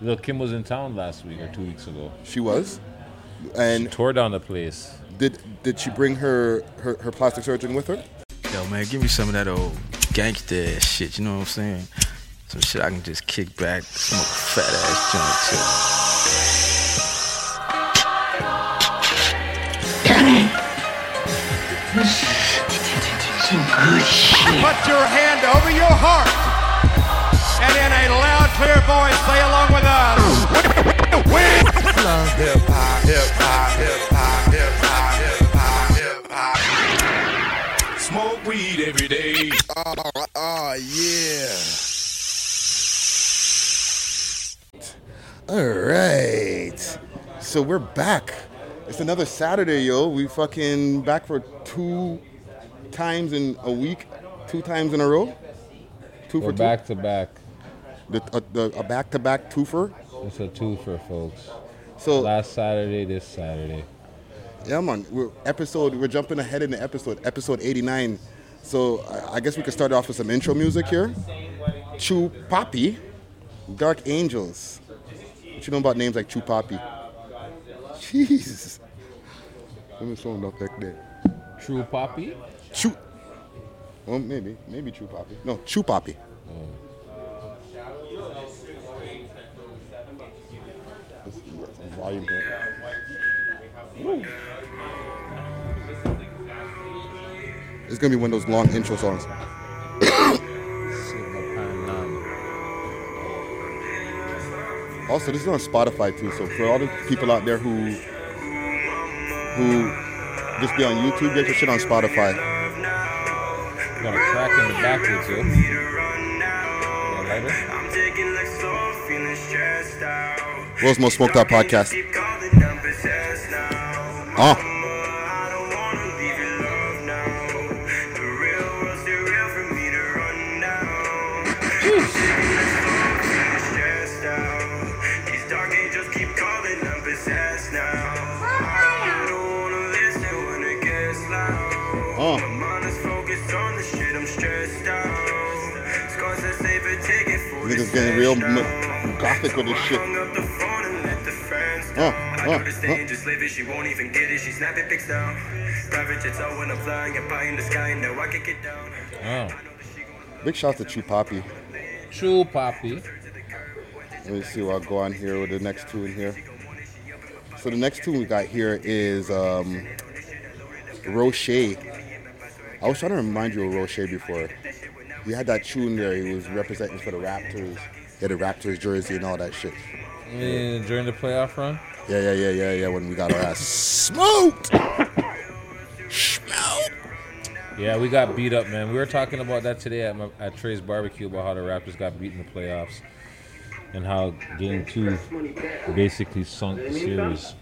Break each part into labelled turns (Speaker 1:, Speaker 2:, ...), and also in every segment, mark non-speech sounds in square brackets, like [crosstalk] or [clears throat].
Speaker 1: Little Kim was in town last week or two weeks ago.
Speaker 2: She was. And
Speaker 1: Tore down the place.
Speaker 2: did did she bring her, her, her plastic surgeon with her?
Speaker 3: Yo, man, give me some of that old gangster ass shit. You know what I'm saying? Some shit I can just kick back, smoke a fat ass joint
Speaker 4: Put your hand over your heart. And in a loud, clear voice, say along with us.
Speaker 5: Smoke weed every day.
Speaker 1: Ah,
Speaker 2: Oh, yeah. All right. So we're back. It's another Saturday, yo. We fucking back for two times in a week, two times in a row. 2
Speaker 1: We're
Speaker 2: for
Speaker 1: back to back.
Speaker 2: two. The, uh, the, a back-to-back twofer.
Speaker 1: It's a twofer, folks.
Speaker 2: So
Speaker 1: Last Saturday, this Saturday.
Speaker 2: yeah, man. We're episode. We're jumping ahead in the episode. Episode 89. So I, I guess we could start off with some intro music here. Chew Poppy, Dark Angels. What you know about names like Chew Poppy? [laughs] Jesus. Let me slow it up back there.
Speaker 1: True Poppy?
Speaker 2: Chew. Well, maybe, maybe Chew Poppy. No, Chew Poppy. Let's do that. Volume here. It's gonna be one of those long intro songs. Also, this is on Spotify too. So for all the people out there who who just be on YouTube, get your shit on Spotify.
Speaker 1: Got a crack in the backwards, yo. Yeah, lighter?
Speaker 6: I'm taking like slow, feeling stressed out.
Speaker 2: World's most smoked out podcast.
Speaker 6: Keep calling up possessed now.
Speaker 2: Ah.
Speaker 6: I don't wanna leave you love now. The real world's too real for me to run now. Feeling stressed out. These dark angels keep calling, I'm possessed now. I don't wanna listen when it gets loud.
Speaker 2: Oh.
Speaker 6: My mind is focused on the shit, I'm stressed out. Scars that save a ticket for
Speaker 2: Niggas getting real m- gothic with this shit.
Speaker 6: Hung up the phone and let the friends
Speaker 2: Uh,
Speaker 6: down.
Speaker 2: uh,
Speaker 6: I got her
Speaker 2: uh.
Speaker 6: staying, just living. She won't even get it. She snapping pics down. Private jets out when I'm flying. I'm pie in the sky and now I can get down.
Speaker 1: Oh.
Speaker 6: I know that she gon'
Speaker 2: Big shout to Chew Poppy.
Speaker 1: True Poppy.
Speaker 2: Let me see what I'll go on here with the next two in here. So the next two we got here is um, Roche. I was trying to remind you of Roche before. We had that tune there. He was representing for the Raptors. He had a Raptors jersey and all that shit.
Speaker 1: Yeah, during the playoff run?
Speaker 2: Yeah, yeah, yeah, yeah, yeah. When we got our ass smoked. Smoked.
Speaker 1: Yeah, we got beat up, man. We were talking about that today at, my, at Trey's barbecue about how the Raptors got beat in the playoffs and how game two basically sunk the series.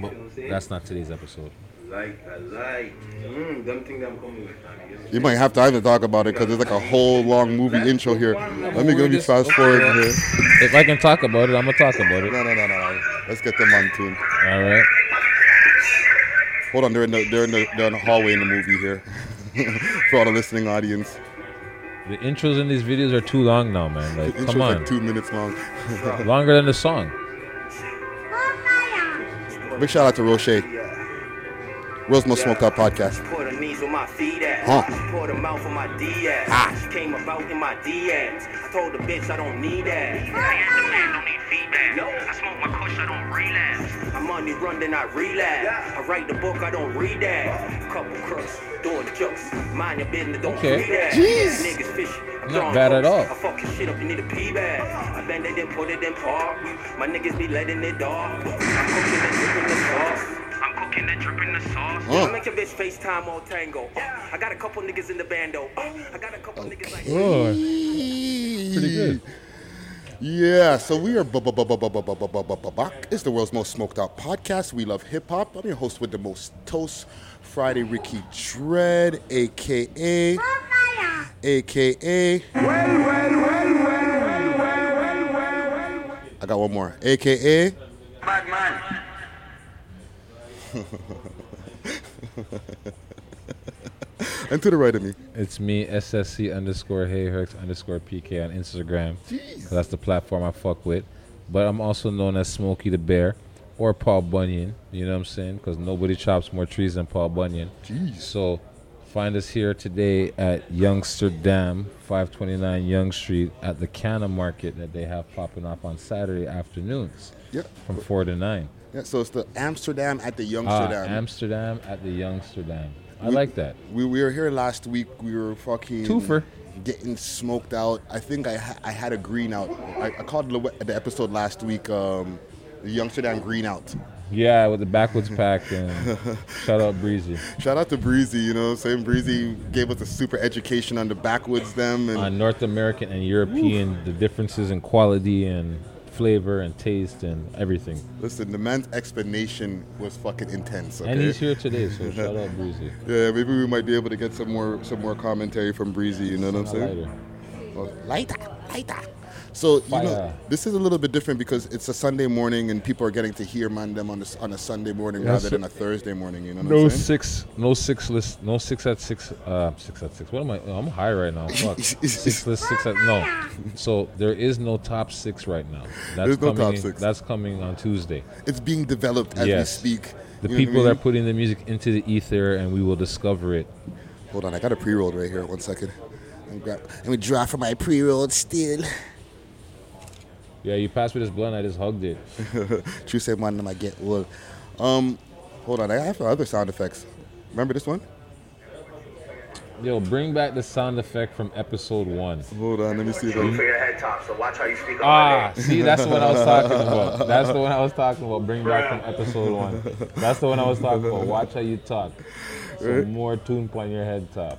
Speaker 1: But that's not today's episode.
Speaker 7: Like, I like. Mm, don't think that I'm coming with that.
Speaker 2: You might have to even talk about it because there's like a whole long movie intro here. Let me go be fast forward here.
Speaker 1: If I can talk about it, I'm gonna talk about it.
Speaker 2: No, no, no, no, no. Let's get them on tune.
Speaker 1: All right.
Speaker 2: Hold on, they're in the they're in the, they're in the hallway in the movie here. [laughs] For all the listening audience,
Speaker 1: The intros in these videos are too long now, man.
Speaker 2: the
Speaker 1: Like,
Speaker 2: intro's
Speaker 1: come on,
Speaker 2: like two minutes long.
Speaker 1: longer than the song.
Speaker 2: Big shout out to Roche, World's Most Smoked Out Podcast.
Speaker 6: Pour the knees with my feet at.
Speaker 2: Huh.
Speaker 6: She poured her mouth with my D at. She came about in my DMs. I told the bitch I don't need that. No. I'm on the run, then I relapse. I write the book, I don't read that. Couple crooks, doing jokes. Mind your business, don't
Speaker 1: Okay.
Speaker 6: read that.
Speaker 2: Jeez.
Speaker 6: Niggas fishing. I'm
Speaker 1: Not
Speaker 6: drawing
Speaker 1: bad at
Speaker 6: hooks.
Speaker 1: all.
Speaker 6: I fuck your shit up, you need a pee bag. I bend it and put it in park. My niggas be letting it off. I'm cooking and dripping the sauce. I'm cooking and dripping the sauce. I make your bitch FaceTime all tango. Oh, I got a couple niggas in the band though. Oh, I got a couple niggas like.
Speaker 2: Pretty
Speaker 1: good.
Speaker 2: Yeah, so we are bu- bu- bu- bu- bu- bu- bu- bu- bu- bu- bu- back. It's the world's most smoked out podcast. We love hip hop. I'm your host with the most toast, Friday Ricky Dread, aka, aka. I got one more, aka.
Speaker 6: Bad man.
Speaker 2: and to the right of me.
Speaker 1: It's me, SSC underscore Hayhurst underscore PK on Instagram. 'cause That's the platform I fuck with. But I'm also known as Smokey the Bear or Paul Bunyan. You know what I'm saying? Because nobody chops more trees than Paul Bunyan. So find us here today at Youngster Dam, 529 Young Street at the Canna Market that they have popping off on Saturday afternoons
Speaker 2: Yeah.
Speaker 1: from 4 to 9.
Speaker 2: Yeah, so it's the Amsterdam at the
Speaker 1: Ah,
Speaker 2: Youngsterdam.
Speaker 1: Amsterdam at the Youngsterdam. I like that.
Speaker 2: we, we were here last week. We were fucking
Speaker 1: Twofer.
Speaker 2: getting smoked out. I think I ha- I had a green out. I, I called the, the episode last week. Um, the Youngsterdam green out.
Speaker 1: Yeah, with the backwards pack [laughs] and shout out Breezy
Speaker 2: Shout out to Breezy, you know, same Breezy gave us a super education on the backwoods them and
Speaker 1: on North American and European, the differences in quality and flavor and taste and everything.
Speaker 2: listen, the man's explanation was fucking intense. Okay?
Speaker 1: And he's here today, [laughs] so shout out Breezy.
Speaker 2: Yeah, maybe we might be able to get some more some more commentary from Breezy. You know what I'm
Speaker 1: Not
Speaker 2: saying?
Speaker 1: lighter.
Speaker 2: Lighter, lighter. So you know,
Speaker 1: Fire.
Speaker 2: this is a little bit different because it's a Sunday morning and people are getting to hear man them on a, s- on a Sunday morning
Speaker 1: Yeah,
Speaker 2: rather
Speaker 1: so-
Speaker 2: than a Thursday morning. You know what
Speaker 1: No
Speaker 2: I'm saying?
Speaker 1: six, no six list, no six at six, uh, six at six. What am I? I'm high right now. [laughs] Fuck. six list, six at no. So there is no top six right now. That's
Speaker 2: There's no
Speaker 1: coming
Speaker 2: top
Speaker 1: in-
Speaker 2: six.
Speaker 1: That's coming on Tuesday.
Speaker 2: It's being developed as
Speaker 1: Yes.
Speaker 2: we speak.
Speaker 1: The
Speaker 2: You know what I
Speaker 1: people that are
Speaker 2: mean?
Speaker 1: putting the music into the ether, and we will discover it.
Speaker 2: hold on, I got a pre-rolled right here. One second. And grab, let me draw from my pre-rolled still. [laughs]
Speaker 1: Yeah, you passed me this blunt. I just hugged it.
Speaker 2: True say man them I get old. Um, hold on, I have other sound effects. Remember this one?
Speaker 1: Yo, bring back the sound effect from episode one.
Speaker 2: Hold on, let me see if I
Speaker 1: Mm-hmm.
Speaker 8: For your head top, so watch how you speak on my
Speaker 1: Ah, [laughs] see, that's the one I was talking about. That's the one I was talking about. Bring back from episode one. That's the one I was talking about. Watch how you talk. So more tune on your head top.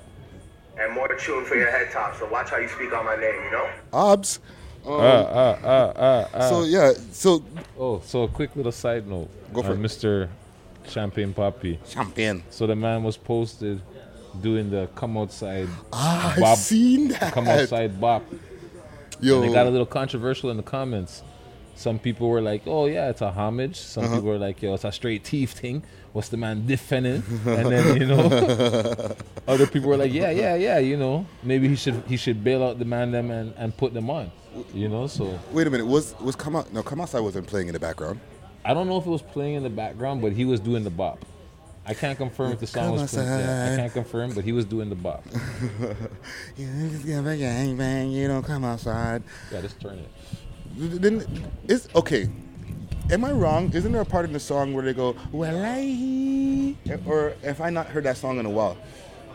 Speaker 8: name. And more tune for your head top, so watch how you speak on my name, you know?
Speaker 2: Obs.
Speaker 1: Ah,
Speaker 2: Um, So yeah, so
Speaker 1: Oh, so a quick little side note.
Speaker 2: Go for
Speaker 1: Uh,
Speaker 2: it.
Speaker 1: Mr. Champagne Poppy.
Speaker 2: champion.
Speaker 1: So the man was posted doing the come outside
Speaker 2: Ah,
Speaker 1: bop.
Speaker 2: I've seen that.
Speaker 1: Come outside bop.
Speaker 2: Yo,
Speaker 1: And it got a little controversial in the comments. Some people were like, "Oh yeah, it's a homage." Some people were like, "Yo, it's a straight teeth thing." What's the man defending? And then you know, other people were like, "Yeah, yeah, yeah." You know, maybe he should he should bail out the man them and, and put them on. You know, so
Speaker 2: wait a minute. Was was come out? No, come outside wasn't playing in the background.
Speaker 1: I don't know if it was playing in the background, but he was doing the bop. I can't confirm if the song
Speaker 2: Come
Speaker 1: was playing. Yeah, I
Speaker 2: outside.
Speaker 1: can't confirm, but he was doing the bop.
Speaker 2: You just give a gangbang. You don't come outside.
Speaker 1: Yeah, just turn it.
Speaker 2: Then is okay. Am I wrong? Isn't there a part in the song where they go, "Well, I," or if I not heard that song in a while?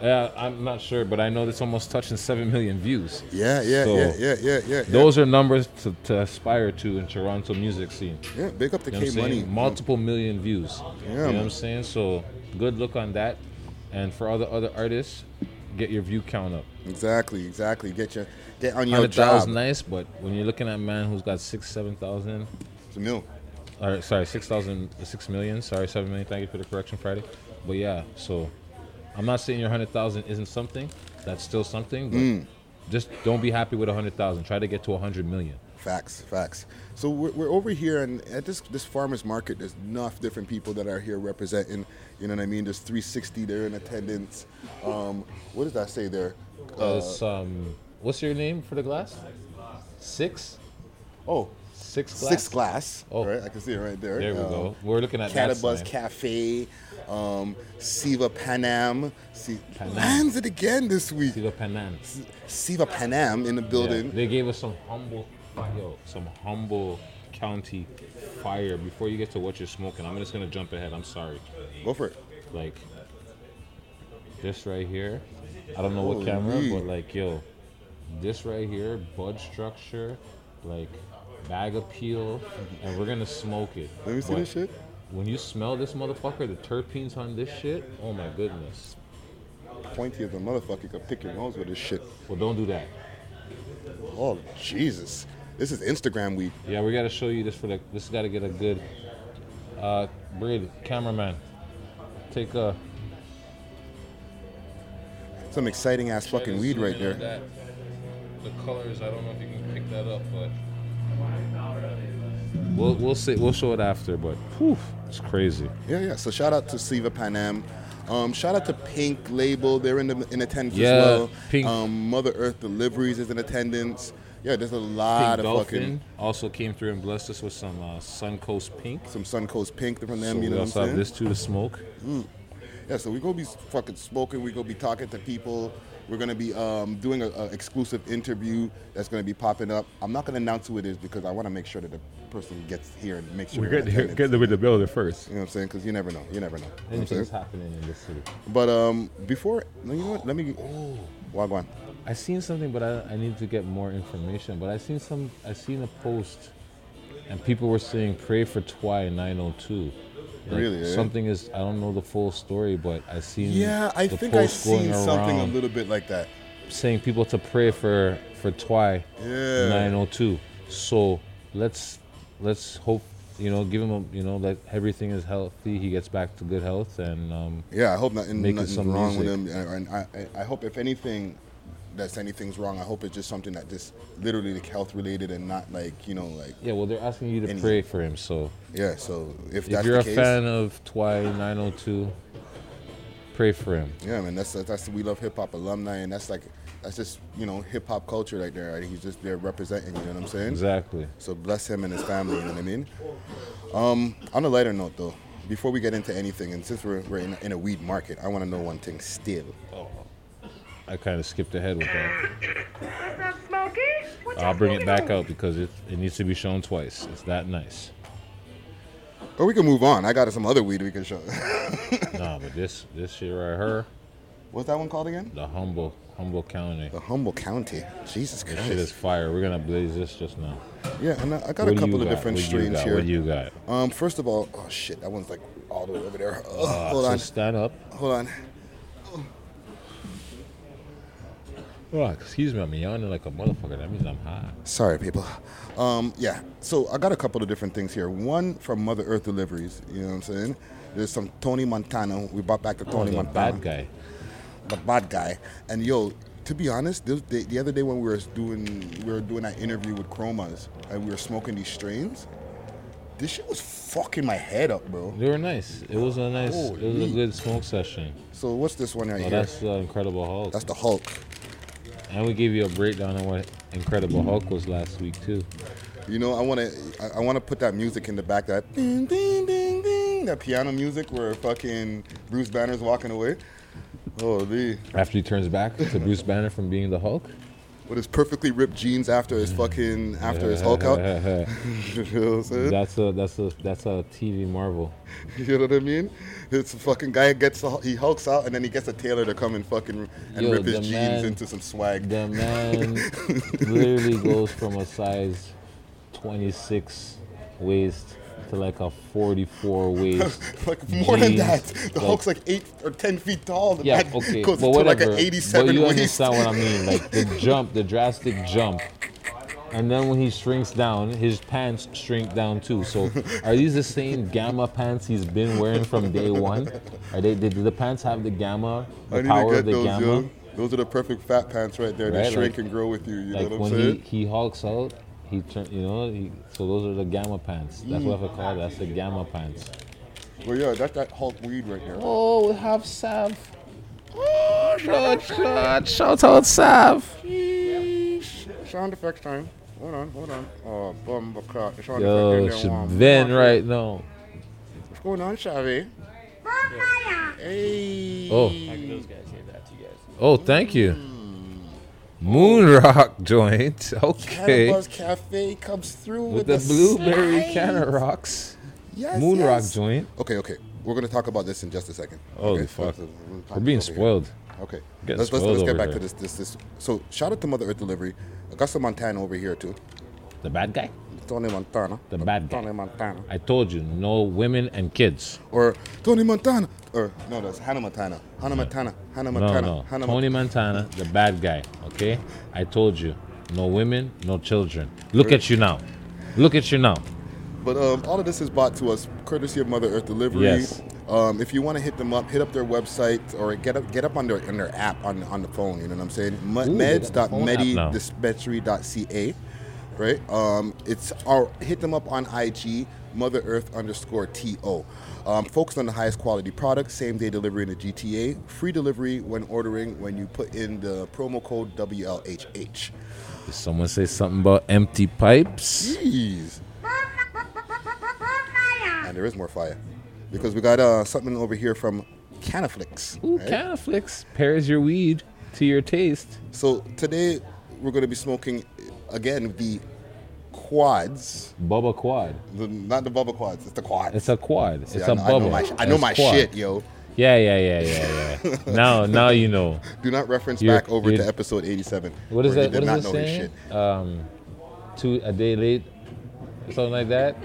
Speaker 1: Yeah, I'm not sure, but I know it's almost touching seven million views.
Speaker 2: Yeah, yeah,
Speaker 1: So-
Speaker 2: yeah, yeah, yeah, yeah.
Speaker 1: Those are numbers to, to aspire to in Toronto music scene.
Speaker 2: yeah, big up the
Speaker 1: You know what
Speaker 2: K
Speaker 1: I'm
Speaker 2: Money.
Speaker 1: saying? Multiple million views. you know what
Speaker 2: man.
Speaker 1: I'm saying? So good look on that. And for all the other artists, get your view count up.
Speaker 2: Exactly, exactly. Get your get on your
Speaker 1: Hundred thousand
Speaker 2: job.
Speaker 1: nice, but when you're looking at a man who's got six, seven thousand,
Speaker 2: It's a meal.
Speaker 1: or sorry, six thousand, six million, sorry, seven million. Thank you for the correction, Friday. But yeah, so I'm not saying your hundred thousand isn't something. That's still something. But
Speaker 2: Mm.
Speaker 1: Just don't be happy with a hundred thousand. Try to get to a hundred million.
Speaker 2: Facts, facts. So we're, we're over here, and at this this farmers market, there's enough different people that are here representing. You know what I mean? There's 360 there in attendance. Um, what does that say there? Uh,
Speaker 1: It's, um, what's your name for the glass? Six?
Speaker 2: oh,
Speaker 1: Six glass?
Speaker 2: six glass.
Speaker 1: Oh.
Speaker 2: right. I can see it right there.
Speaker 1: There we
Speaker 2: Um,
Speaker 1: go. We're looking at that
Speaker 2: Catabuzz
Speaker 1: sign.
Speaker 2: Cafe, um, Siva Panam. See,
Speaker 1: Panam.
Speaker 2: lands it again this week.
Speaker 1: See the Penan.
Speaker 2: Siva Panam in the building.
Speaker 1: They gave us some humble, yo, some humble county fire. Before you get to what you're smoking, I'm just gonna jump ahead. I'm sorry.
Speaker 2: Go for it.
Speaker 1: Like this right here. I don't know what
Speaker 2: Holy.
Speaker 1: camera, but like yo, this right here, bud structure, like bag appeal, and we're gonna smoke it.
Speaker 2: Let me see
Speaker 1: But
Speaker 2: this shit.
Speaker 1: When you smell this motherfucker, the terpenes on this shit, oh my goodness.
Speaker 2: Pointy as a motherfucker could pick your nose with this shit.
Speaker 1: Well, don't do that.
Speaker 2: Oh Jesus. This is Instagram week.
Speaker 1: Yeah, we gotta show you this for the. This gotta get a good. Uh, Brid, cameraman, take a.
Speaker 2: Some exciting ass fucking weed right there.
Speaker 1: The colors, I don't know if you can pick that up, but. We'll we'll see. We'll show it after, but whew, it's crazy.
Speaker 2: Yeah, yeah. So shout out to Siva Panam. Um, shout out to Pink Label. They're in the, in attendance
Speaker 1: Yeah,
Speaker 2: as well.
Speaker 1: Pink.
Speaker 2: Um, Mother Earth Deliveries is in attendance. Yeah, there's a lot
Speaker 1: Pink
Speaker 2: of
Speaker 1: Dolphin
Speaker 2: fucking
Speaker 1: also came through and blessed us with some uh, Suncoast Pink.
Speaker 2: some Suncoast Pink from them.
Speaker 1: so
Speaker 2: you
Speaker 1: we
Speaker 2: know what I'm
Speaker 1: also
Speaker 2: saying? Mm.
Speaker 1: have this too to smoke.
Speaker 2: Yeah, so we're gonna be fucking smoking. We're gonna be talking to people. We're gonna be um, doing an exclusive interview that's gonna be popping up. I'm not gonna announce who it is because I want to make sure that the person gets here and make sure
Speaker 9: We
Speaker 2: they're
Speaker 1: [laughs]
Speaker 9: get
Speaker 2: in
Speaker 9: to
Speaker 2: attendance.
Speaker 9: get with the builder first.
Speaker 2: You know what I'm saying? Because you never know. You never know. You know what I'm saying?
Speaker 1: Anything's happening in this city.
Speaker 2: But um, before, no, you know what? Let me. Wagwan.
Speaker 1: I seen something, but I, I need to get more information. But I seen some. I seen a post, and people were saying pray for Twi 902. Like,
Speaker 2: Really, eh?
Speaker 1: Something is. I don't know the full story, but I seen.
Speaker 2: Yeah, I
Speaker 1: the
Speaker 2: think I
Speaker 1: post going
Speaker 2: seen something a
Speaker 1: around
Speaker 2: little bit like that.
Speaker 1: saying people to pray for for Twi
Speaker 2: Yeah.
Speaker 1: 902. So let's let's hope you know give him a you know that everything is healthy. He gets back to good health and um,
Speaker 2: Yeah, I hope nothing,
Speaker 1: Making
Speaker 2: nothing's
Speaker 1: some
Speaker 2: wrong with
Speaker 1: music.
Speaker 2: him. And I, I, I hope if anything, that's anything's wrong. I hope it's just something that just literally like health related and not like you know like
Speaker 1: yeah. Well, they're asking you to
Speaker 2: Anything.
Speaker 1: pray for him. So
Speaker 2: yeah. So if,
Speaker 1: if
Speaker 2: that's
Speaker 1: you're
Speaker 2: the
Speaker 1: a
Speaker 2: case,
Speaker 1: fan of Twi 902, pray for him.
Speaker 2: yeah, man, that's that's, that's we love hip hop alumni, and that's like that's just you know hip hop culture right there. He's just there representing. You know what I'm saying?
Speaker 1: Exactly.
Speaker 2: So bless him and his family, you know what I mean? Um, on a lighter note, though, before we get into anything, and since we're, we're in, in a weed market, I want to know one thing still.
Speaker 1: I kind of skipped ahead with that.
Speaker 10: What's up, Smokey? What
Speaker 1: I'll
Speaker 10: y'all
Speaker 1: bring it
Speaker 10: smoking
Speaker 1: back
Speaker 10: on?
Speaker 1: out because it, it needs to be shown twice. It's that nice.
Speaker 2: Or we can move on. I got some other weed we can show. [laughs]
Speaker 1: Nah, but this this shit right here,
Speaker 2: What's that one called again?
Speaker 1: the humble humble county.
Speaker 2: The Humble County. Jesus
Speaker 1: This shit is
Speaker 2: Christ.
Speaker 1: fire. We're gonna blaze this just now.
Speaker 2: Yeah, and I I got
Speaker 1: What
Speaker 2: a
Speaker 1: do
Speaker 2: couple
Speaker 1: you
Speaker 2: of
Speaker 1: got?
Speaker 2: different
Speaker 1: What do you
Speaker 2: strains
Speaker 1: got?
Speaker 2: here.
Speaker 1: What do you got?
Speaker 2: Um, first of all, oh shit, that one's like all the way over there. Ugh,
Speaker 1: Uh,
Speaker 2: hold
Speaker 1: so
Speaker 2: on,
Speaker 1: stand up.
Speaker 2: hold on.
Speaker 1: Oh, excuse me, I'm yawning like a motherfucker. That means I'm hot.
Speaker 2: Sorry, people. Um, yeah, so I got a couple of different things here. One from Mother Earth Deliveries, you know what I'm saying? There's some Tony Montana. We brought back the
Speaker 1: Oh,
Speaker 2: Tony
Speaker 1: the
Speaker 2: Montana.
Speaker 1: bad guy.
Speaker 2: The bad guy. And yo, to be honest, the, the, the other day when we were doing we were doing that interview with Chromas and we were smoking these strains, this shit was fucking my head up, bro.
Speaker 1: They were nice. It was a nice. it was
Speaker 2: Holy.
Speaker 1: a good smoke session.
Speaker 2: So what's this one right
Speaker 1: Oh,
Speaker 2: here?
Speaker 1: that's the Incredible Hulk.
Speaker 2: That's the Hulk.
Speaker 1: and we gave you a breakdown on what Incredible Hulk was last week too.
Speaker 2: You know, I want to I, I want to put that music in the back that ding ding ding ding that piano music where fucking Bruce Banner's walking away. Holy,
Speaker 1: After he turns back to Bruce Banner from being the Hulk.
Speaker 2: with his perfectly ripped jeans after his fucking after his Hulk out. [laughs] you know what I'm
Speaker 1: [laughs]
Speaker 2: saying?
Speaker 1: That's a that's a that's a TV Marvel.
Speaker 2: You know what I mean? It's a fucking guy gets the, he hulks out and then he gets a tailor to come and fucking and
Speaker 1: Yo,
Speaker 2: rip his
Speaker 1: the
Speaker 2: jeans
Speaker 1: man-
Speaker 2: into some swag.
Speaker 1: The man literally goes from a size 26 waist to like a 44 waist.
Speaker 2: [laughs] like more than
Speaker 1: jeans,
Speaker 2: that, the Hulk's like eight or ten feet tall. The
Speaker 1: yeah,
Speaker 2: man
Speaker 1: okay,
Speaker 2: goes
Speaker 1: but
Speaker 2: to
Speaker 1: whatever.
Speaker 2: like an eighty-seven
Speaker 1: but you
Speaker 2: waist.
Speaker 1: understand what I mean? Like
Speaker 2: [laughs]
Speaker 1: the jump, the drastic jump. And then when he shrinks down, his pants shrink down too.
Speaker 2: [laughs]
Speaker 1: So, are these the same gamma pants he's been wearing from
Speaker 2: [laughs]
Speaker 1: day one? Are they? Did the pants have the gamma,
Speaker 2: I
Speaker 1: the
Speaker 2: need to
Speaker 1: power
Speaker 2: get
Speaker 1: of the
Speaker 2: those,
Speaker 1: gamma?
Speaker 2: yo. Those are the perfect fat pants right there. They
Speaker 1: Right,
Speaker 2: shrink
Speaker 1: like-
Speaker 2: and grow with you. You
Speaker 1: like
Speaker 2: know what
Speaker 1: when
Speaker 2: I'm
Speaker 1: he,
Speaker 2: saying?
Speaker 1: he hulks out, he turn, you know, he, so those are the gamma pants. That's what I call it. That's the gamma pants.
Speaker 2: Well, yeah, that's that Hulk weed right there.
Speaker 1: Oh, we have Sav. Oh, shout, shout, shout out Sav.
Speaker 2: Sound effects time. Hold on, hold on. Oh, bum, buck, sound
Speaker 1: Yo,
Speaker 2: effect in there, um,
Speaker 1: Shabin right now.
Speaker 2: What's going on, Shavi? Hey.
Speaker 1: Oh. Oh, thank you.
Speaker 2: Mm.
Speaker 1: Moonrock [laughs] joint. Okay.
Speaker 2: Cannabis Cafe comes through
Speaker 1: With
Speaker 2: with,
Speaker 1: the blueberry
Speaker 2: slice.
Speaker 1: canna rocks.
Speaker 2: Yes,
Speaker 1: Moonrock
Speaker 2: yes.
Speaker 1: joint.
Speaker 2: Okay, okay. We're gonna talk about this in just a second.
Speaker 1: Holy
Speaker 2: okay, uh,
Speaker 1: fuck.
Speaker 2: so-
Speaker 1: We're being
Speaker 2: over here.
Speaker 1: spoiled.
Speaker 2: Okay.
Speaker 1: Getting
Speaker 2: let's, let's,
Speaker 1: spoiled
Speaker 2: let's get
Speaker 1: over
Speaker 2: back
Speaker 1: there.
Speaker 2: to this, this this. So shout out to Mother Earth Delivery. I got some Montana over here too.
Speaker 1: The bad guy?
Speaker 2: Tony Montana.
Speaker 1: The bad guy.
Speaker 2: Tony Montana.
Speaker 1: I told you, no women and kids.
Speaker 2: Or Tony Montana. Or no, that's Hannah Montana. Hannah Montana. Hannah
Speaker 1: No,
Speaker 2: Montana.
Speaker 1: no.
Speaker 2: Hannah
Speaker 1: Tony Montana, the bad guy. Okay, I told you, no women, no children. Look at you now. Look at you now.
Speaker 2: But um, all of this is brought to us courtesy of Mother Earth Delivery.
Speaker 1: Yes.
Speaker 2: Um, if you want to hit them up, hit up their website or get up get up on their on their app on on the phone. You know what I'm saying?
Speaker 1: Ooh, they got the phone app now.
Speaker 2: Meds.medidispensary.ca. right? Um, it's our hit them up on IG, Mother Earth underscore to. Um, focus on the highest quality products, same day delivery in the GTA, free delivery when ordering when you put in the promo code WLHH.
Speaker 1: Did someone say something about empty
Speaker 2: Hmm?
Speaker 1: pipes?
Speaker 2: Jeez.
Speaker 10: Bonfire.
Speaker 2: And there is more fire because we got uh, something over here from Canaflix.
Speaker 1: Ooh,
Speaker 2: right?
Speaker 1: kind of flicks. Pairs your weed to your taste.
Speaker 2: So today we're going to be smoking uh, again the quads,
Speaker 1: Bubba quad.
Speaker 2: the, not the bubble quads, it's the quads.
Speaker 1: It's a quad.
Speaker 2: See,
Speaker 1: it's
Speaker 2: I
Speaker 1: a
Speaker 2: know-
Speaker 1: bubble.
Speaker 2: I know my, sh- I know
Speaker 1: It's
Speaker 2: my
Speaker 1: quad.
Speaker 2: shit, yo.
Speaker 1: Yeah, yeah, yeah, yeah,
Speaker 2: [laughs]
Speaker 1: yeah. now, now you know.
Speaker 2: Do not reference
Speaker 1: You're-
Speaker 2: back over to
Speaker 1: you're-
Speaker 2: episode 87.
Speaker 1: What is
Speaker 2: where
Speaker 1: that?
Speaker 2: he did
Speaker 1: What
Speaker 2: not
Speaker 1: is it
Speaker 2: know his
Speaker 1: saying? Um, two a day late, something like that.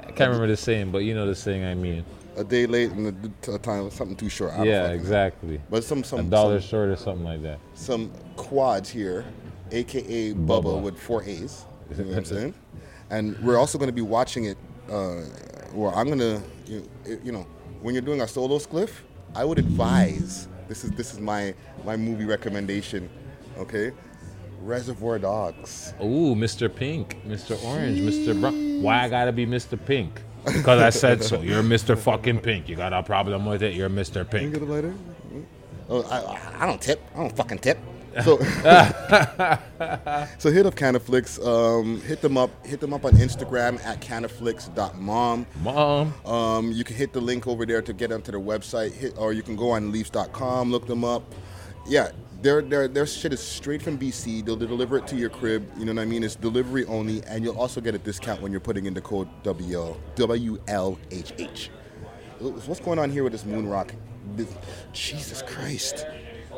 Speaker 1: I can't remember the saying, but you know the saying I mean.
Speaker 2: shit. A day late and a d- t- a time, something too short. I don't
Speaker 1: Yeah,
Speaker 2: fucking know.
Speaker 1: exactly.
Speaker 2: But some
Speaker 1: A
Speaker 2: some
Speaker 1: dollar
Speaker 2: some,
Speaker 1: short or something like that.
Speaker 2: some quads here, aka Bubba,
Speaker 1: Bubba.
Speaker 2: with four A's. You know what I'm saying? And we're also going to be watching it. Uh, or I'm going to, you, you know, when you're doing a solo spliff, I would advise this is this is my my movie recommendation. Okay, Reservoir Dogs.
Speaker 1: Ooh, Mr. Pink, Mr. Orange, Mr. Brown. Why I gotta be Mr. Pink? Because I said so. You're Mr. fucking Pink. You got a problem with it? You're Mr.
Speaker 2: Can you
Speaker 1: Pink.
Speaker 2: get a lighter? Oh, I- I, I don't tip. I don't fucking tip. So, [laughs] so hit up Canaflix. Um, hit them up. Hit them up on Instagram at canaflix.mom.
Speaker 1: Mom.
Speaker 2: Um, you can hit the link over there to get onto their website, hit, or you can go on leafs.com, look them up. Yeah, their, their, their shit is straight from BC. They'll deliver it to your crib. You know what I mean? It's delivery only, and you'll also get a discount when you're putting in the code WL, WLHH. What's going on here with this moon rock? This- Jesus Christ.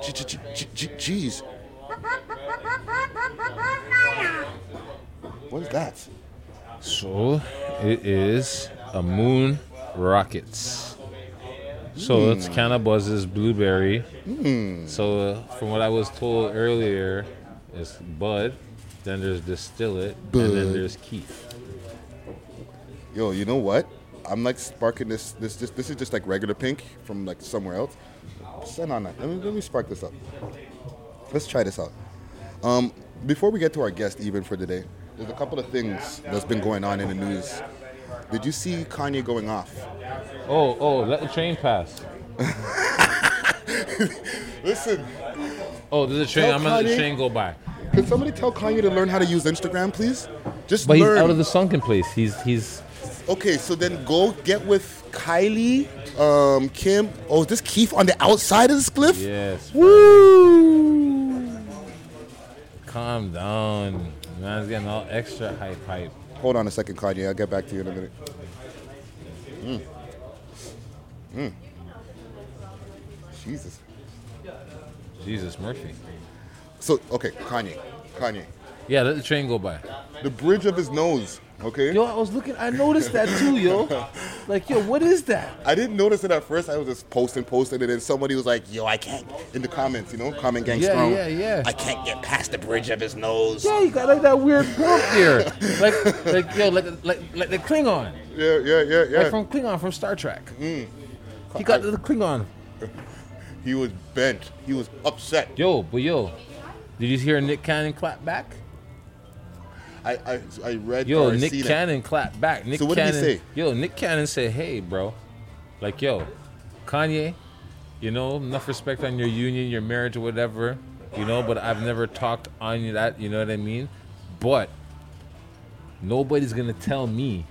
Speaker 2: J- j- j- j- Jeez,
Speaker 10: Bonfire.
Speaker 2: what is that?
Speaker 1: So it is a moon rockets. So it's kind of buzzes blueberry. So uh, from what I was told earlier, it's bud. Then there's distill it, and then
Speaker 2: Bud.
Speaker 1: there's Keith.
Speaker 2: Yo, you know what? I'm like sparking this. This this, this is just like regular pink from like somewhere else. Send on that. Let me, let me spark this up. Let's try this out. Um, before we get to our guest, even for today, there's a couple of things that's been going on in the news. Did you see Kanye going off?
Speaker 1: Oh, oh, let the train pass.
Speaker 2: Listen,
Speaker 1: Oh, there's a train.
Speaker 2: Tell
Speaker 1: I'm gonna let the
Speaker 2: Kanye-
Speaker 1: train go by.
Speaker 2: can somebody tell Kanye to learn how to use Instagram, please? Just
Speaker 1: But he's
Speaker 2: learn.
Speaker 1: out of the sunken place. He's he's
Speaker 2: okay, so then go get with Kylie, um, Kim. Oh, is this Keith on the outside of this cliff?
Speaker 1: yes.
Speaker 2: Woo!
Speaker 1: Calm down. Man's getting all extra hype hype.
Speaker 2: Hold on a second, Kanye. I'll get back to you in a minute. Hmm. Mm. Mm. Hmm. Jesus.
Speaker 1: Jesus Murphy.
Speaker 2: So, okay, Kanye. Kanye.
Speaker 1: Yeah, let the train go by.
Speaker 2: The bridge of his nose, okay?
Speaker 1: Yo, I was looking. I noticed that too, yo. Like, yo, what is that?
Speaker 2: I didn't notice it at first. I was just posting, posting, and then somebody was like, yo, I can't, in the comments, you know, comment gang
Speaker 1: Yeah,
Speaker 2: strong.
Speaker 1: yeah, yeah.
Speaker 2: I can't get past the bridge of his nose.
Speaker 1: Yeah, you got like that weird bump there. Like, like yo, like like like the Klingon,
Speaker 2: Yeah, yeah, yeah, yeah.
Speaker 1: like from Klingon from Star Trek. He got the Klingon.
Speaker 2: he was bent. He was upset.
Speaker 1: Yo, but yo, did you hear Nick Cannon clap back?
Speaker 2: I, I, I read
Speaker 1: Yo,
Speaker 2: or
Speaker 1: Nick
Speaker 2: seen it.
Speaker 1: Cannon clapped back. Nick
Speaker 2: So what did he
Speaker 1: Cannon,
Speaker 2: say?
Speaker 1: Yo, Nick Cannon said, "Hey, bro, like yo, Kanye, you know, enough respect on your union, your marriage, or whatever, you know. But I've never talked on you that, you know what I mean. But nobody's gonna tell me."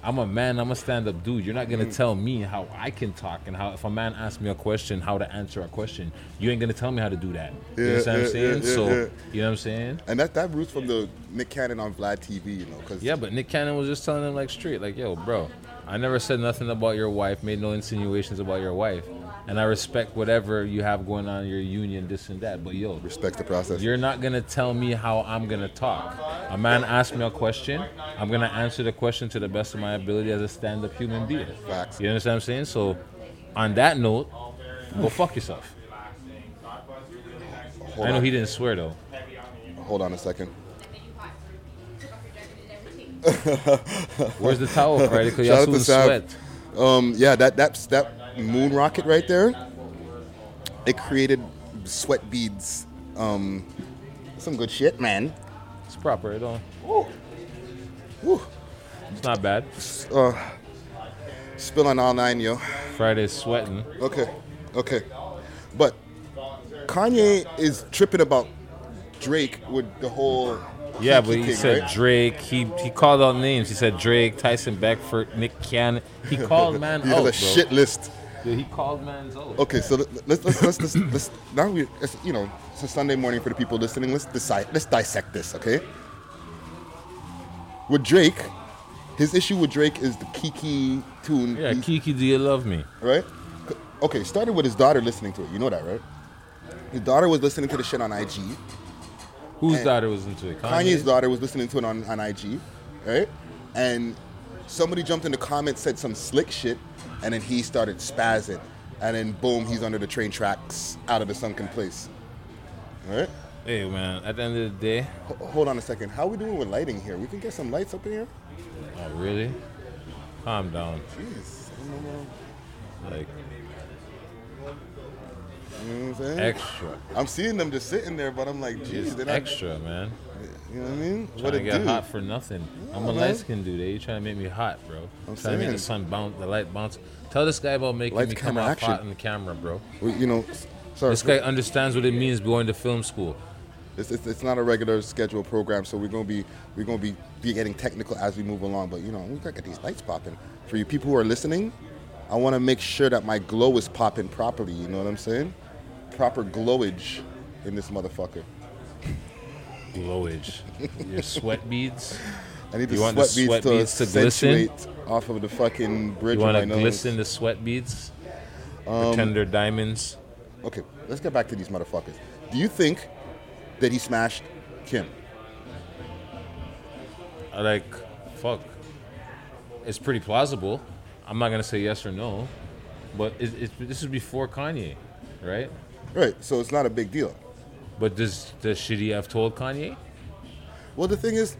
Speaker 1: I'm a man. I'm a stand-up dude. You're not gonna
Speaker 2: Mm.
Speaker 1: tell me how I can talk and how if a man asks me a question, how to answer a question. You ain't gonna tell me how to do that. You
Speaker 2: Yeah,
Speaker 1: know what I'm
Speaker 2: yeah,
Speaker 1: saying?
Speaker 2: yeah, yeah,
Speaker 1: so
Speaker 2: yeah.
Speaker 1: you know what I'm saying?
Speaker 2: And that, that roots from the Nick Cannon on Vlad TV, you know, because
Speaker 1: Yeah, but Nick Cannon was just telling him like straight, like, yo, bro, I never said nothing about your wife, made no insinuations about your wife. And I respect whatever you have going on in your union, this and that. But yo,
Speaker 2: respect the process.
Speaker 1: you're not gonna tell me how I'm gonna talk. A man asked me a question, I'm gonna answer the question to the best of my ability as a stand up human being.
Speaker 2: Facts.
Speaker 1: You understand what I'm saying? So on that note, go fuck yourself.
Speaker 2: Hold
Speaker 1: I know
Speaker 2: on.
Speaker 1: he didn't swear though.
Speaker 2: Hold on a second.
Speaker 1: Where's the
Speaker 2: [laughs]
Speaker 1: towel, Friday? Because
Speaker 2: Shout
Speaker 1: y'all
Speaker 2: out
Speaker 1: soon
Speaker 2: to Sav.
Speaker 1: sweat.
Speaker 2: Um, yeah, that that's that moon rocket right there. It created sweat beads. Um, some good shit, man.
Speaker 1: It's proper. It don't.
Speaker 2: Whew.
Speaker 1: It's not bad.
Speaker 2: Uh, spilling all nine, yo.
Speaker 1: Friday's sweating.
Speaker 2: Okay, okay. But Kanye is tripping about Drake with the whole.
Speaker 1: Yeah,
Speaker 2: kinky
Speaker 1: but he
Speaker 2: thing,
Speaker 1: said
Speaker 2: right?
Speaker 1: Drake. He he called out names. He said Drake, Tyson Beckford, Nick Cannon.
Speaker 2: [laughs]
Speaker 1: He called man
Speaker 2: He
Speaker 1: out.
Speaker 2: has
Speaker 1: bro.
Speaker 2: a shit Oh. list.
Speaker 1: Dude, he called man's out.
Speaker 2: Okay, so let- let's let's let's, let's, let's now we it's, you know it's a Sunday morning for the people listening. Let's decide. Let's dissect this, okay? With Drake, his issue with Drake is the Kiki tune,
Speaker 1: Yeah,
Speaker 2: he-
Speaker 1: Kiki, do you love me?
Speaker 2: right? C- Okay, it started with his daughter listening to it. You know that, right? His daughter was listening to the shit on IG.
Speaker 1: Whose
Speaker 2: And-
Speaker 1: daughter was into it?
Speaker 2: Kanye's daughter was listening to it on, on IG, right? And somebody jumped in the comments, said some slick shit, and then he started spazzing. And then boom, he's under the train tracks, out of the sunken place. Right?
Speaker 1: Hey man, at the end of the day,
Speaker 2: Ho- hold on a second. How we doing with lighting here? We can get some lights up in here.
Speaker 1: oh really? Calm down.
Speaker 2: Jeez, I don't know.
Speaker 1: Like
Speaker 2: You know what I'm saying?
Speaker 1: extra,
Speaker 2: I'm seeing them just sitting there, but I'm like, geez,
Speaker 1: just
Speaker 2: they're not.
Speaker 1: extra, man.
Speaker 2: You know what I mean?
Speaker 1: Trying
Speaker 2: What
Speaker 1: to
Speaker 2: it
Speaker 1: get
Speaker 2: do?
Speaker 1: hot for nothing. I'm a
Speaker 2: man.
Speaker 1: light skinned dude. Eh? You trying to make me hot, bro?
Speaker 2: I'm
Speaker 1: trying to make the
Speaker 2: saying.
Speaker 1: sun bounce, the light bounce. Tell this guy about making
Speaker 2: Lights,
Speaker 1: me come
Speaker 2: camera,
Speaker 1: off
Speaker 2: action.
Speaker 1: hot in the camera, bro.
Speaker 2: Well, you know, sorry.
Speaker 1: This guy understands what it means going to film school.
Speaker 2: It's, it's, it's not a regular scheduled program, so we're gonna be we're gonna be, be getting technical as we move along. But you know, we gotta get these lights popping. For you people who are listening, I want to make sure that my glow is popping properly. You know what I'm saying? Proper glowage in this motherfucker. [laughs]
Speaker 1: Glowage. Your sweat beads.
Speaker 2: I need the
Speaker 1: You
Speaker 2: sweat,
Speaker 1: want the
Speaker 2: beads,
Speaker 1: sweat
Speaker 2: to
Speaker 1: beads to glisten?
Speaker 2: accentuate off of the fucking bridge.
Speaker 1: You want
Speaker 2: of my
Speaker 1: to
Speaker 2: nose. Um,
Speaker 1: glisten the sweat beads? Pretend they're diamonds.
Speaker 2: Okay, let's get back to these motherfuckers. Do you think that he smashed Kim?
Speaker 1: I like, fuck. It's pretty plausible. I'm not gonna say yes or no, but it, it, this is before Kanye, right?
Speaker 2: Right, so it's not a big deal.
Speaker 1: But does does should he have told Kanye?
Speaker 2: Well, the thing is,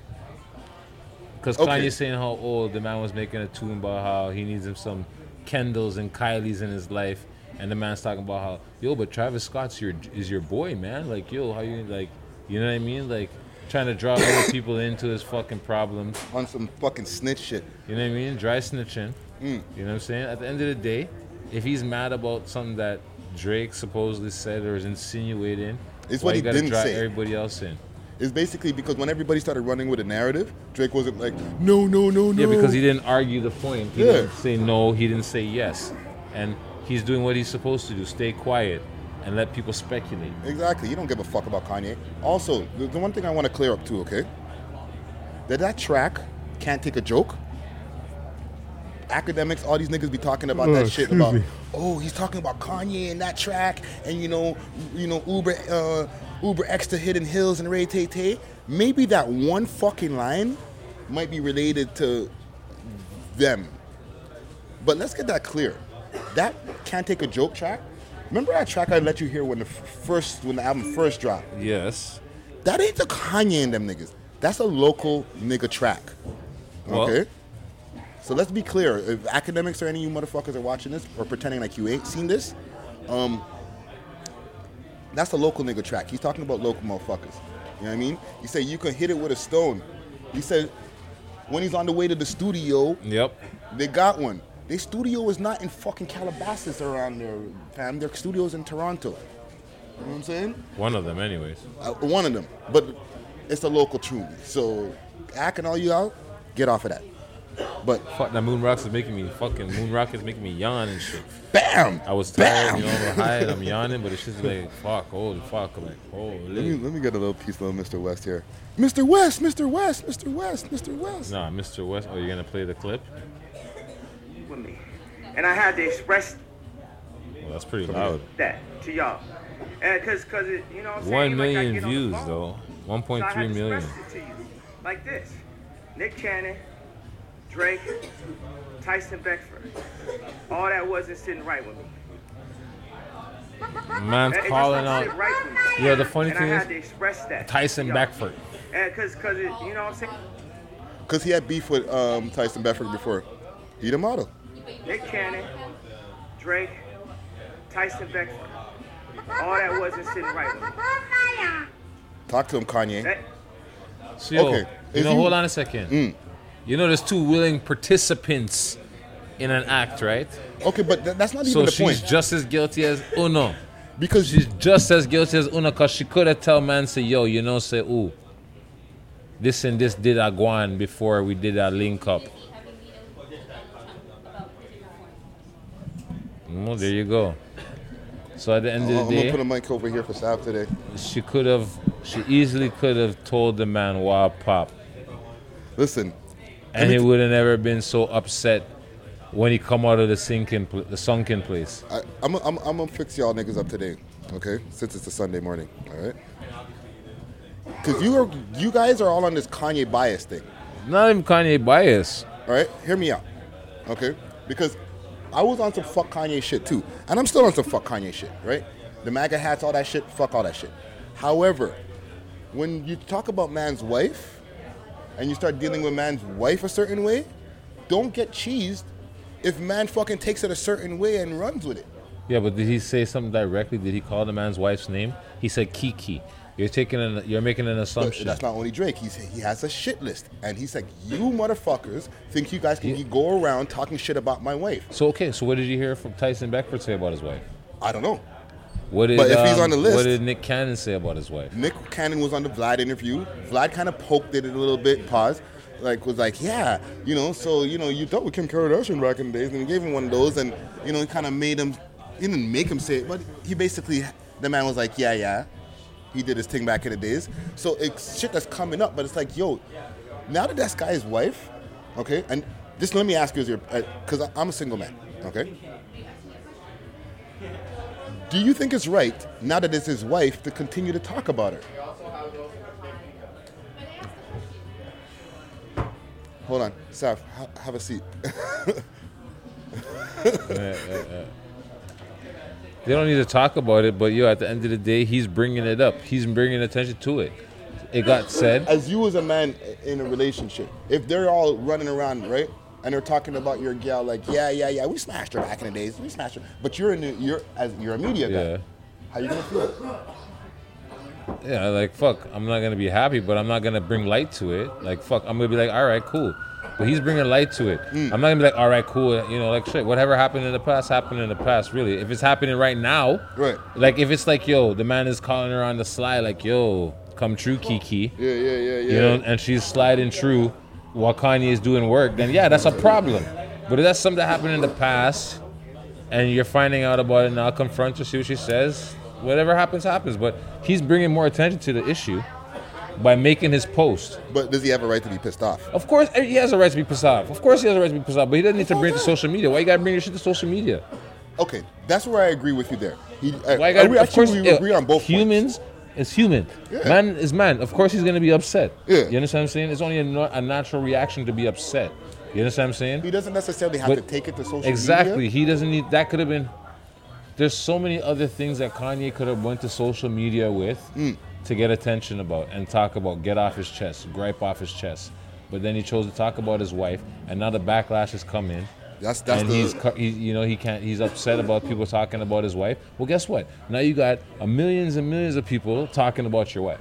Speaker 1: Because
Speaker 2: Okay.
Speaker 1: Kanye's saying how old the man was making a tune about how he needs him some Kendalls and Kylies in his life, and the man's talking about how yo, but Travis Scott's your is your boy, man. Like yo, how you like, you know what I mean? Like trying to draw other people into his fucking problems.
Speaker 2: on some fucking snitch shit.
Speaker 1: You know what I mean? Dry snitching.
Speaker 2: Mm.
Speaker 1: You know what I'm saying? At the end of the day, if he's mad about something that Drake supposedly said or is insinuating,
Speaker 2: It's
Speaker 1: why
Speaker 2: what
Speaker 1: you
Speaker 2: he
Speaker 1: gotta
Speaker 2: didn't
Speaker 1: draw
Speaker 2: say.
Speaker 1: everybody else in?
Speaker 2: is basically because when everybody started running with a narrative, Drake wasn't like, no, no, no, no.
Speaker 1: Yeah, because he didn't argue the point. He
Speaker 2: Yeah.
Speaker 1: didn't say no. He didn't say yes. And he's doing what he's supposed to do: stay quiet and let people speculate.
Speaker 2: Exactly. You don't give a fuck about Kanye. Also, the, the one thing I want to clear up too, okay? That that track can't take a joke. Academics, all these niggas be talking about that shit about. Oh, he's talking about Kanye in that track, and you know, you know, Uber, uh, Uber extra hidden hills and Ray Tay Tay. Maybe that one fucking line might be related to them. But let's get that clear. That can't take a joke track. Remember that track I let you hear when the f- first when the album first dropped?
Speaker 1: Yes.
Speaker 2: That ain't the Kanye and them niggas. That's a local nigga track.
Speaker 1: Well-
Speaker 2: Okay? so let's be clear. If academics or any of you motherfuckers are watching this or pretending like you ain't seen this, um, that's a local nigga track. He's talking about local motherfuckers. You know what I mean? He said you can hit it with a stone. He said when he's on the way to the studio,
Speaker 1: Yep.
Speaker 2: they got one. Their studio is not in fucking Calabasas around there, fam. Their studio's in Toronto. You know what I'm saying?
Speaker 1: One of them, anyways.
Speaker 2: Uh, one of them. But it's a local tune. So, acting all you out, get off of that. But
Speaker 1: Fuck that moon rocks is making me fucking moon rock is making me yawn and shit.
Speaker 2: bam!
Speaker 1: I was tired,
Speaker 2: bam!
Speaker 1: you know, I'm high and I'm yawning, but it's just like fuck, holy fuck, like
Speaker 2: Let me,
Speaker 1: holy.
Speaker 2: let me get a little piece of Mr. West here. Mr. West, Mr. West, Mr. West, Mr. West.
Speaker 1: Nah, Mr. West, oh, you're gonna play the clip?
Speaker 8: with me. And I had to express
Speaker 1: Well, that's pretty loud.
Speaker 8: that to y'all. And cause, cause it, you know what I'm saying?
Speaker 1: One
Speaker 8: Like, I
Speaker 1: million
Speaker 8: get on the
Speaker 1: views
Speaker 8: phone,
Speaker 1: though.
Speaker 8: so I had
Speaker 1: 1.3
Speaker 8: to
Speaker 1: million.
Speaker 8: express it to you, Like this. Nick Cannon, Drake, Tyson Beckford. All that wasn't sitting right with me.
Speaker 1: Man's
Speaker 8: It- it just
Speaker 1: calling
Speaker 8: don't sit
Speaker 1: out.
Speaker 8: right with me.
Speaker 1: Yeah, the funny
Speaker 8: and I
Speaker 1: thing
Speaker 8: had to
Speaker 1: is
Speaker 8: express that.
Speaker 1: Tyson Beckford.
Speaker 8: And cause, cause it, you know what I'm saying?
Speaker 2: Because he had beef with um, Tyson Beckford before. He the model.
Speaker 8: Nick Cannon, Drake, Tyson Beckford. All that wasn't sitting right with me.
Speaker 2: Talk to him, Kanye.
Speaker 8: That,
Speaker 1: So, yo,
Speaker 2: Okay. Mm.
Speaker 1: you
Speaker 2: If
Speaker 1: know,
Speaker 2: you-
Speaker 1: hold on a second. You know, there's two willing participants in an act, right?
Speaker 2: Okay, but th- that's not
Speaker 1: So
Speaker 2: even the
Speaker 1: she's
Speaker 2: point.
Speaker 1: just as guilty as Uno.
Speaker 2: because
Speaker 1: She's just as guilty as Una because she could have tell man, say, yo, you know, say, ooh, this and this did I go on before we did our link up. Mm, there you go. So at the end
Speaker 2: I'm,
Speaker 1: of
Speaker 2: Oh, I'm
Speaker 1: the
Speaker 2: gonna
Speaker 1: day,
Speaker 2: put a mic over here for Sav today.
Speaker 1: she could have, she easily could have told the man, wow, pop.
Speaker 2: Listen,
Speaker 1: And he would have never been so upset when he come out of the sinking, pl- the sunken place.
Speaker 2: I, I'm i I'm i am I'm gonna fix y'all niggas up today, okay? Since it's a Sunday morning, all right? Because you are you guys are all on this Kanye bias thing,
Speaker 1: Not even Kanye bias.
Speaker 2: all right? Hear me out, okay? Because I was on some fuck Kanye shit too, and I'm still on some fuck Kanye shit, right? The MAGA hats, all that shit, fuck all that shit. However, when you talk about man's wife, and you start dealing with man's wife a certain way, don't get cheesed if man fucking takes it a certain way and runs with it.
Speaker 1: Yeah, but did he say something directly? Did he call the man's wife's name? He said Kiki. You're taking an, you're making an
Speaker 2: But
Speaker 1: assumption.
Speaker 2: that's not only Drake. He's, he has a shit list. And he's like, you motherfuckers think you guys can go around talking shit about my wife.
Speaker 1: so okay, so what did you hear from Tyson Beckford say about his wife?
Speaker 2: I don't know.
Speaker 1: What did
Speaker 2: But if he's
Speaker 1: um,
Speaker 2: on the list-
Speaker 1: what did Nick Cannon say about his wife?
Speaker 2: Nick Cannon was on the Vlad interview. Vlad kind of poked at it a little bit, paused, like was like, yeah, you know, so, you know, you dealt with Kim Kardashian back in the days. And he gave him one of those. And, you know, he kind of made him, he didn't make him say it, but he basically, the man was like, yeah, yeah. He did his thing back in the days. So it's shit that's coming up, but it's like, yo, now that that's guy's wife, okay, and just let me ask you, as your, because I'm a single man, okay? Do you think it's right, now that it's his wife, to continue to talk about her? Hold on, Saf, ha- have a seat. [laughs]
Speaker 1: They don't need to talk about it, but yo, at the end of the day, he's bringing it up. He's bringing attention to it. It got said.
Speaker 2: As you as a man in a relationship, if they're all running around, right, and they're talking about your gal, like, yeah, yeah, yeah, we smashed her back in the days, we smashed her, but you're in, the, you're as you're a media guy.
Speaker 1: Yeah.
Speaker 2: How you gonna feel?
Speaker 1: Yeah, like fuck, I'm not gonna be happy, but I'm not gonna bring light to it. Like fuck, I'm gonna be like, all right, cool. But he's bringing light to it. I'm not gonna be like, all right, cool. You know, like shit. Whatever happened in the past happened in the past. Really, if it's happening right now,
Speaker 2: Right.
Speaker 1: Like if it's like, yo, the man is calling her on the sly, like, yo, come true, Kiki.
Speaker 2: Yeah, yeah, yeah, yeah.
Speaker 1: You know, and she's sliding through while Kanye is doing work. Then yeah, that's a problem. But if that's something that happened in the past, and you're finding out about it now, confront her, see what she says. Whatever happens, happens. But he's bringing more attention to the issue by making his post.
Speaker 2: But does he have a right to be pissed off?
Speaker 1: Of course, eh, he has a right to be pissed off. Of course, he has a right to be pissed off. But he doesn't need to bring it to social media. Why you gotta bring your shit to social media?
Speaker 2: Okay, that's where I agree with you there. He, uh,
Speaker 1: Why you gotta,
Speaker 2: we,
Speaker 1: of
Speaker 2: actually,
Speaker 1: course,
Speaker 2: we
Speaker 1: yeah,
Speaker 2: agree on both points.
Speaker 1: Humans is human.
Speaker 2: Yeah.
Speaker 1: Man is man. Of course, he's gonna be upset.
Speaker 2: Yeah.
Speaker 1: You understand what I'm saying? It's only a, nor- a natural reaction to be upset. You understand what I'm saying?
Speaker 2: He doesn't necessarily have
Speaker 1: But-
Speaker 2: to take it to social
Speaker 1: Exactly.
Speaker 2: media.
Speaker 1: He doesn't need that could have been there's so many other things that Kanye could have went to social media with
Speaker 2: Hmm.
Speaker 1: to get attention about and talk about, get off his chest, gripe off his chest. But then he chose to talk about his wife and now the backlash has come in.
Speaker 2: That's that's
Speaker 1: and
Speaker 2: the
Speaker 1: he's cu- he, you know he can't he's upset about people talking about his wife. Well, guess what? Now you got a millions and millions of people talking about your wife.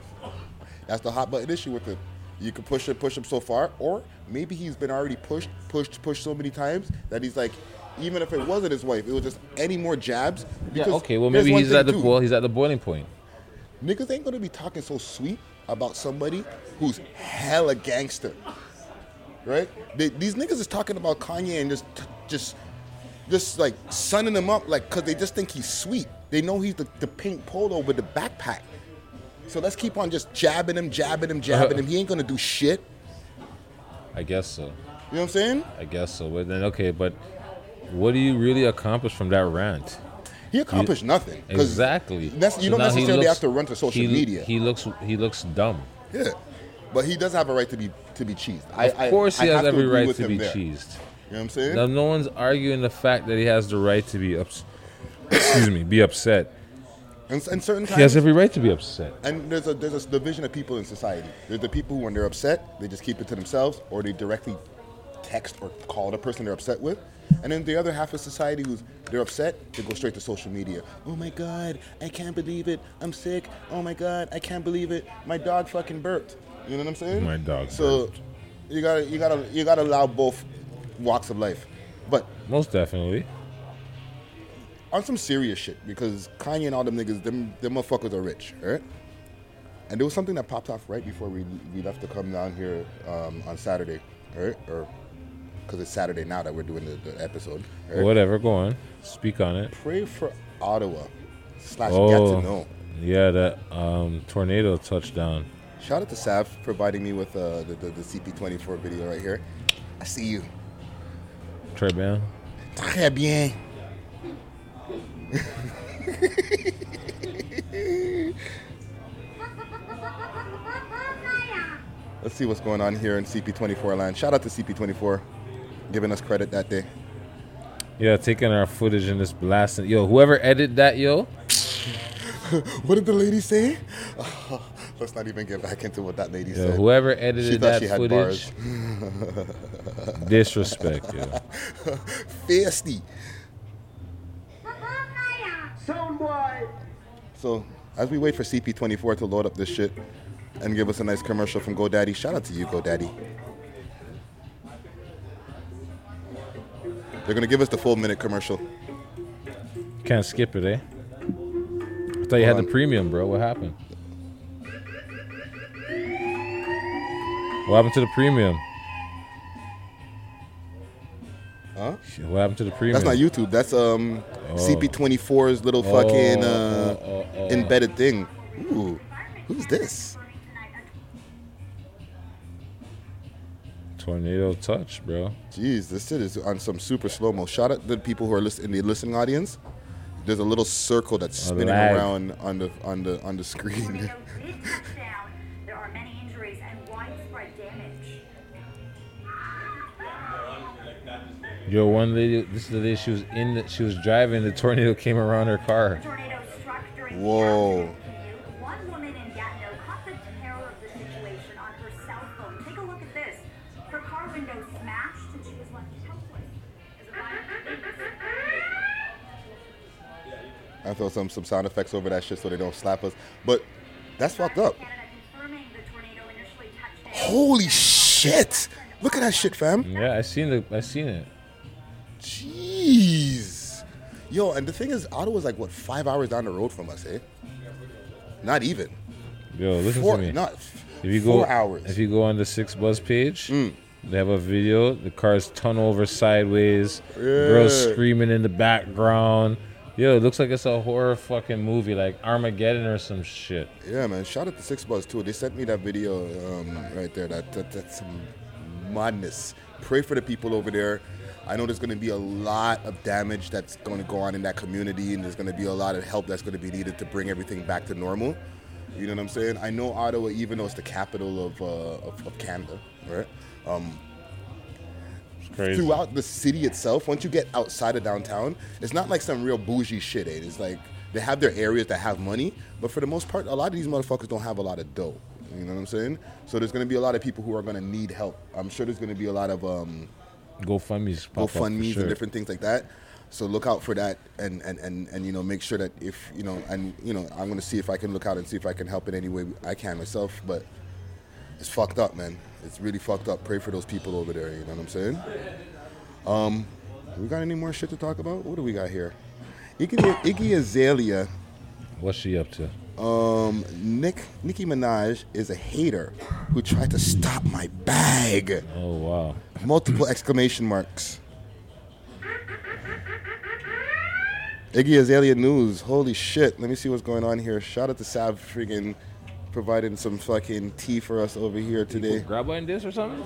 Speaker 2: that's the hot button issue with him. You can push it, push him so far, or maybe he's been already pushed, pushed, pushed so many times that he's like, even if it wasn't his wife, it was just any more jabs.
Speaker 1: Yeah, okay, well
Speaker 2: here's
Speaker 1: maybe
Speaker 2: one
Speaker 1: he's
Speaker 2: thing,
Speaker 1: at the
Speaker 2: too.
Speaker 1: well he's at the boiling point.
Speaker 2: Niggas ain't gonna be talking so sweet about somebody who's hella gangster, right? They, these niggas is talking about Kanye and just, just, just like sunning him up, like, cause they just think he's sweet. They know he's the, the pink polo with the backpack. So let's keep on just jabbing him, jabbing him, jabbing
Speaker 1: Uh-huh.
Speaker 2: him. He ain't gonna do shit.
Speaker 1: I guess so.
Speaker 2: You know what I'm saying?
Speaker 1: I guess so. But then okay, but what do you really accomplish from that rant?
Speaker 2: He accomplished nothing. 'cause
Speaker 1: Exactly.
Speaker 2: That's, you
Speaker 1: So
Speaker 2: don't
Speaker 1: now he
Speaker 2: necessarily
Speaker 1: looks-
Speaker 2: have to run to social
Speaker 1: he,
Speaker 2: media.
Speaker 1: He looks he looks dumb.
Speaker 2: yeah, but he does have a right to be to be cheesed. I,
Speaker 1: Of course,
Speaker 2: I,
Speaker 1: he
Speaker 2: I
Speaker 1: has
Speaker 2: have
Speaker 1: every
Speaker 2: agree
Speaker 1: right
Speaker 2: with
Speaker 1: to
Speaker 2: him
Speaker 1: be
Speaker 2: there.
Speaker 1: cheesed.
Speaker 2: You know what I'm saying?
Speaker 1: Now, no one's arguing the fact that he has the right to be ups- [coughs] excuse me, be upset.
Speaker 2: and, and certain times,
Speaker 1: He has every right to be upset.
Speaker 2: and there's a there's a division of people in society. There's the people who, when they're upset, they just keep it to themselves, or they directly text or call the person they're upset with. And then the other half of society who's they're upset, they go straight to social media. Oh my god, I can't believe it. I'm sick. Oh my god, I can't believe it. My dog fucking burped. You know what I'm saying?
Speaker 1: My dog
Speaker 2: So you gotta you gotta you gotta allow both walks of life, but
Speaker 1: Most definitely.
Speaker 2: on some serious shit because Kanye and all them niggas, them them motherfuckers are rich, right? And there was something that popped off right before we we left to come down here um, on Saturday, right? Or because it's Saturday now that we're doing the, the episode. right?
Speaker 1: Whatever, go on. Speak on it.
Speaker 2: Pray for Ottawa slash
Speaker 1: Oh,
Speaker 2: Gatineau.
Speaker 1: yeah, that um, tornado touchdown.
Speaker 2: Shout out to Sav for providing me with uh, the, the, the CP24 video right here. I see you.
Speaker 1: Trey Bam.
Speaker 2: Très bien. Let's see what's going on here in CP24 land. Shout out to CP24 giving us credit that day.
Speaker 1: Yeah, taking our footage and just blasting. Yo, whoever edited that, yo,
Speaker 2: What did the lady say? [laughs] let's not even get back into what that lady
Speaker 1: yo,
Speaker 2: said.
Speaker 1: whoever
Speaker 2: she
Speaker 1: edited
Speaker 2: thought
Speaker 1: that
Speaker 2: she had
Speaker 1: footage,
Speaker 2: bars. [laughs]
Speaker 1: disrespect, yo.
Speaker 2: Feisty. So as we wait for CP24 to load up this shit and give us a nice commercial from GoDaddy, shout out to you, GoDaddy. They're gonna give us the full minute commercial.
Speaker 1: Can't skip it, eh? I thought you had
Speaker 2: Hold
Speaker 1: the
Speaker 2: on.
Speaker 1: premium, bro. What happened? What happened to the premium?
Speaker 2: Huh?
Speaker 1: Shit, What happened to the premium?
Speaker 2: That's not YouTube. That's um CP24's little fucking uh,
Speaker 1: oh, oh, oh.
Speaker 2: embedded thing. Ooh, who's this?
Speaker 1: Tornado touch, bro.
Speaker 2: Jeez, this shit is on some super slow mo. Shout out to the people who are listen, in the listening audience. There's a little circle that's
Speaker 1: A
Speaker 2: spinning
Speaker 1: lag.
Speaker 2: around on the on the on the screen. [laughs]
Speaker 9: There are many injuries and widespread damage.
Speaker 1: Yo, one lady. This is the lady. She was in. The, she was driving. The tornado came around her car.
Speaker 9: Tornado struck during
Speaker 2: Whoa.
Speaker 9: the afternoon. One woman in Gatineau caught the terror of the situation on her cell phone. Take a look at this. Her car window smashed and she was left helpless. As a violent-
Speaker 2: I throw some some sound effects over that shit so they don't slap us. But that's [laughs] fucked up.
Speaker 9: Canada confirming the tornado initially touched down.
Speaker 2: Holy shit! Look at that shit, fam.
Speaker 1: Yeah, I seen the. I seen it.
Speaker 2: Jeez. Yo, and the thing is, Ottawa's like what five hours down the road from us, eh? Not even.
Speaker 1: Yo, listen
Speaker 2: Four,
Speaker 1: to me.
Speaker 2: not
Speaker 1: if you
Speaker 2: four
Speaker 1: go,
Speaker 2: hours. Mm.
Speaker 1: If you go on the Six Buzz page, they have a video. The cars tunnel over sideways. Girls
Speaker 2: Yeah.
Speaker 1: screaming in the background. Yo, it looks like it's a horror fucking movie, like Armageddon or some shit.
Speaker 2: yeah, man. Shout out to Six Buzz too. They sent me that video um, right there. That, that that's some madness. Pray for the people over there. I know there's going to be a lot of damage that's going to go on in that community, and there's going to be a lot of help that's going to be needed to bring everything back to normal. You know what I'm saying? I know Ottawa, even though it's the capital of uh, of, of Canada, right? Um,
Speaker 1: It's crazy.
Speaker 2: throughout the city itself, once you get outside of downtown, it's not like some real bougie shit. Ain't. It's like they have their areas that have money, but for the most part, a lot of these motherfuckers don't have a lot of dough. You know what I'm saying? So there's gonna be a lot of people who are gonna need help. I'm sure there's gonna be a lot of um,
Speaker 1: GoFundMe's pop up for
Speaker 2: GoFundMe's
Speaker 1: sure.
Speaker 2: and different things like that. So look out for that, and, and, and, and you know make sure that if you know and you know I'm gonna see if I can look out and see if I can help in any way I can myself. But it's fucked up, man. It's really fucked up. Pray for those people over there. You know what I'm saying? Um, we got any more shit to talk about? What do we got here? Iggy, Iggy Azalea,
Speaker 1: What's she up to?
Speaker 2: um, Nick Nicki Minaj is a hater who tried to stop my bag.
Speaker 1: Oh wow.
Speaker 2: Multiple exclamation marks. Iggy Azalea news. Holy shit. Let me see what's going on here. Shout out to Sav freaking providing some fucking tea for us over here today.
Speaker 1: Grab on this or something?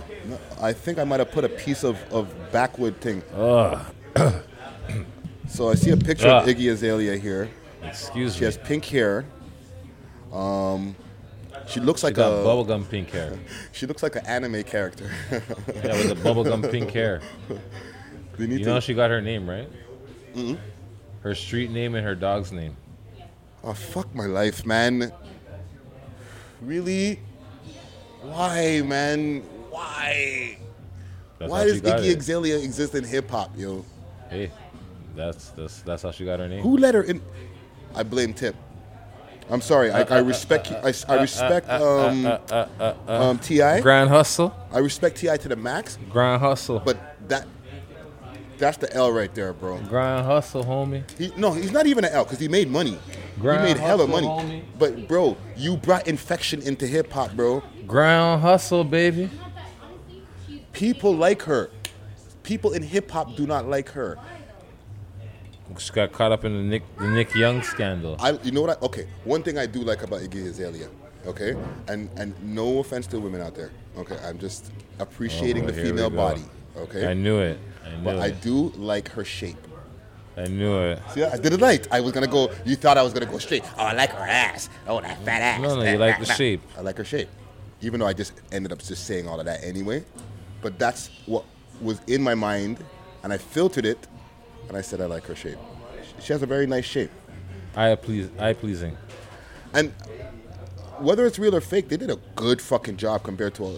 Speaker 2: I think I might have put a piece of, of backwood thing. so I see a picture of
Speaker 1: Ugh.
Speaker 2: Iggy Azalea here.
Speaker 1: Excuse
Speaker 2: She
Speaker 1: me.
Speaker 2: has pink hair. Um, she looks like
Speaker 1: Got
Speaker 2: a
Speaker 1: bubblegum pink hair.
Speaker 2: she looks like an anime character. [laughs]
Speaker 1: Yeah, with the bubblegum pink [laughs] hair.
Speaker 2: they need
Speaker 1: You
Speaker 2: to,
Speaker 1: know she got her name, right? Mm-hmm. Her street name and her dog's name.
Speaker 2: Oh fuck my life, man. Really? Why, man? Why?
Speaker 1: That's
Speaker 2: Why
Speaker 1: how
Speaker 2: does
Speaker 1: she got
Speaker 2: Iggy
Speaker 1: it.
Speaker 2: Azalea exist in hip hop, yo?
Speaker 1: Hey, that's that's that's how she got her name.
Speaker 2: Who let her in? I blame Tip. I I'm sorry. I, I respect. you- I, s- I
Speaker 1: [laughs]
Speaker 2: respect.
Speaker 1: Uh,
Speaker 2: Um, um, Ti.
Speaker 1: Grand hustle,
Speaker 2: I respect Ti to the max.
Speaker 1: grand hustle,
Speaker 2: But that. That's the L right there, bro.
Speaker 1: grand hustle, homie.
Speaker 2: He, no, he's not even an L because he made money.
Speaker 1: Grand
Speaker 2: he made hella money.
Speaker 1: hustle, homie.
Speaker 2: But bro, you brought infection into hip hop, bro.
Speaker 1: Ground hustle, baby.
Speaker 2: People like her. People in hip hop do not like her.
Speaker 1: Just got caught up in the Nick the Nick Young scandal.
Speaker 2: I, you know what? I, okay, one thing I do like about Iggy Azalea, okay, and and no offense to women out there, okay, I'm just appreciating
Speaker 1: Oh,
Speaker 2: the
Speaker 1: here we
Speaker 2: female
Speaker 1: go.
Speaker 2: body,
Speaker 1: I
Speaker 2: okay,
Speaker 1: knew it. I knew
Speaker 2: but I
Speaker 1: it.
Speaker 2: do like her shape.
Speaker 1: I knew it.
Speaker 2: See, I did it right. I was gonna go. You thought I was gonna go straight. Oh, I like her ass. Oh, that fat ass.
Speaker 1: No, no, you like the shape.
Speaker 2: I like her shape, even though I just ended up just saying all of that anyway. But that's what was in my mind, and I filtered it, and I said I like her shape. She has a very nice shape.
Speaker 1: Eye please, eye pleasing.
Speaker 2: And whether it's real or fake, they did a good fucking job compared to uh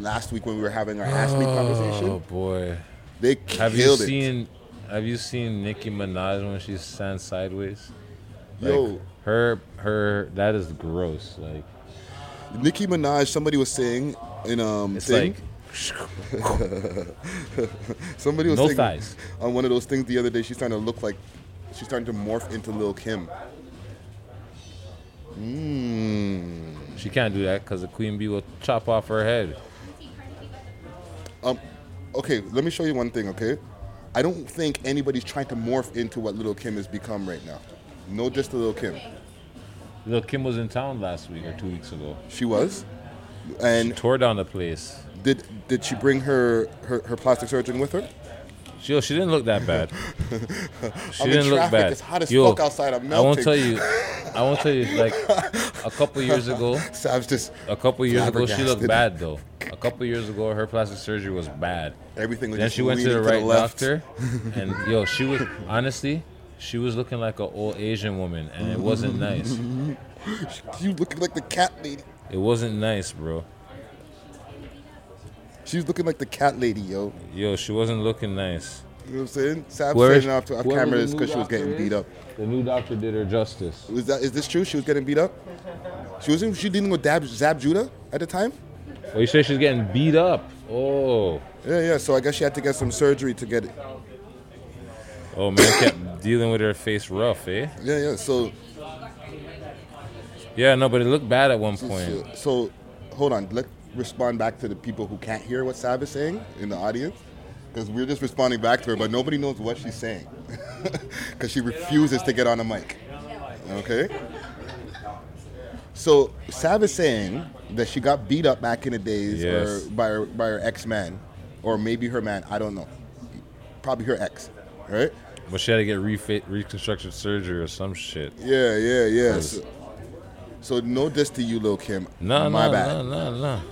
Speaker 2: last week when we were having our ass meat
Speaker 1: Oh
Speaker 2: conversation.
Speaker 1: boy,
Speaker 2: They
Speaker 1: have you
Speaker 2: killed it.
Speaker 1: seen? Have you seen Nicki Minaj when she stands sideways? Like,
Speaker 2: Yo,
Speaker 1: her her that is gross. Like
Speaker 2: Nicki Minaj. Somebody was saying in um
Speaker 1: it's
Speaker 2: thing-
Speaker 1: like
Speaker 2: [laughs] somebody was
Speaker 1: no
Speaker 2: saying
Speaker 1: thighs.
Speaker 2: on one of those things the other day. She's starting to look like she's starting to morph into Lil Kim. Mmm.
Speaker 1: she can't do that because the queen bee will chop off her head.
Speaker 2: Um. Okay, let me show you one thing. Okay, I don't think anybody's trying to morph into what Lil Kim has become right now. No, just to Lil Kim.
Speaker 1: Lil Kim was in town last week or two weeks ago.
Speaker 2: She was. And
Speaker 1: Tore down the place.
Speaker 2: did did she bring her her, her plastic surgeon with her?
Speaker 1: She, yo, she didn't look that
Speaker 2: [laughs]
Speaker 1: bad. She
Speaker 2: I'm in
Speaker 1: didn't look
Speaker 2: traffic.
Speaker 1: bad.
Speaker 2: It's hot as
Speaker 1: Yo,
Speaker 2: fuck outside. I'm
Speaker 1: I won't
Speaker 2: melting.
Speaker 1: tell you. I won't tell you.
Speaker 2: [laughs]
Speaker 1: Like a couple years ago,
Speaker 2: So I was just
Speaker 1: a couple years ago she looked
Speaker 2: Flabbergasted.
Speaker 1: bad though. A couple years ago her plastic surgery was bad.
Speaker 2: everything was
Speaker 1: Then
Speaker 2: just
Speaker 1: she went to the
Speaker 2: leaning
Speaker 1: right
Speaker 2: left. [laughs]
Speaker 1: doctor, and yo, she was honestly, she was looking like an old Asian woman, and it wasn't nice.
Speaker 2: Mm-hmm. You looking like the cat lady.
Speaker 1: It wasn't nice, bro.
Speaker 2: She's looking like the cat lady, yo.
Speaker 1: Yo, she wasn't looking nice.
Speaker 2: You know what I'm saying? Sav
Speaker 1: Where is-
Speaker 2: saying off to off
Speaker 1: whoever
Speaker 2: camera
Speaker 1: the
Speaker 2: is
Speaker 1: new
Speaker 2: because she was
Speaker 1: doctor
Speaker 2: getting
Speaker 1: is?
Speaker 2: beat up.
Speaker 1: The new doctor did her justice.
Speaker 2: Was that is this true? She was getting beat up. She was in- she dealing with Dab, Zab Judah at the time.
Speaker 1: Oh, you say she's getting beat up? Oh,
Speaker 2: Yeah, yeah. So I guess she had to get some surgery to get it.
Speaker 1: oh man, kept [laughs] dealing with her face rough, eh?
Speaker 2: Yeah, yeah. So
Speaker 1: Yeah, no, but it looked bad at one point.
Speaker 2: So, so, hold on. Let respond back to the people who can't hear what Sav is saying in the audience, because we're just responding back to her, but nobody knows what she's saying, [laughs] because she refuses to get on a mic. Okay. So Sav is saying that she got beat up back in the days
Speaker 1: Yes.
Speaker 2: or by her, by her ex man, or maybe her man. I don't know. Probably her ex, right?
Speaker 1: But she had to get refit, reconstructive surgery or some shit.
Speaker 2: Yeah, yeah, yeah. So, so no diss to you, Lil Kim.
Speaker 1: No,
Speaker 2: my
Speaker 1: no,
Speaker 2: bad.
Speaker 1: no, no, no.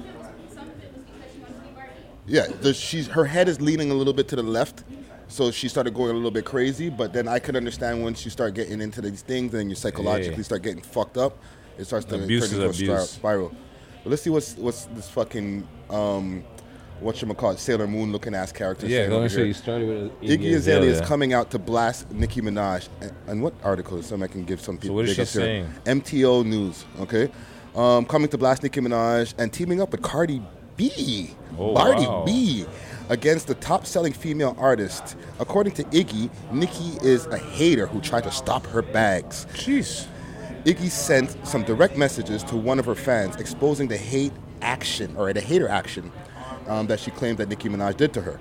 Speaker 2: Yeah, the, she's her head is leaning a little bit to the left, so she started going a little bit crazy. But then I could understand once you start getting into these things and you psychologically
Speaker 1: Yeah.
Speaker 2: start getting fucked up, it starts to
Speaker 1: Abuse
Speaker 2: turn into
Speaker 1: is
Speaker 2: a spir-
Speaker 1: abuse.
Speaker 2: spiral. But let's see what's what's this fucking um, what you call it Sailor Moon looking ass character.
Speaker 1: Yeah,
Speaker 2: saying
Speaker 1: let
Speaker 2: over
Speaker 1: me show
Speaker 2: here.
Speaker 1: you. Started with
Speaker 2: Iggy Azalea is
Speaker 1: Azalea.
Speaker 2: coming out to blast Nicki Minaj. And, and what article? Something I can give some people.
Speaker 1: what is
Speaker 2: big
Speaker 1: she
Speaker 2: ups here.
Speaker 1: saying?
Speaker 2: MTO News. Okay, um, coming to blast Nicki Minaj and teaming up with Cardi B.
Speaker 1: Oh,
Speaker 2: Cardi
Speaker 1: wow.
Speaker 2: B against the top-selling female artist. According to Iggy, Nicki is a hater who tried to stop her bags.
Speaker 1: Jeez.
Speaker 2: Iggy sent some direct messages to one of her fans exposing the hate action or the hater action um, that she claimed that Nicki Minaj did to her.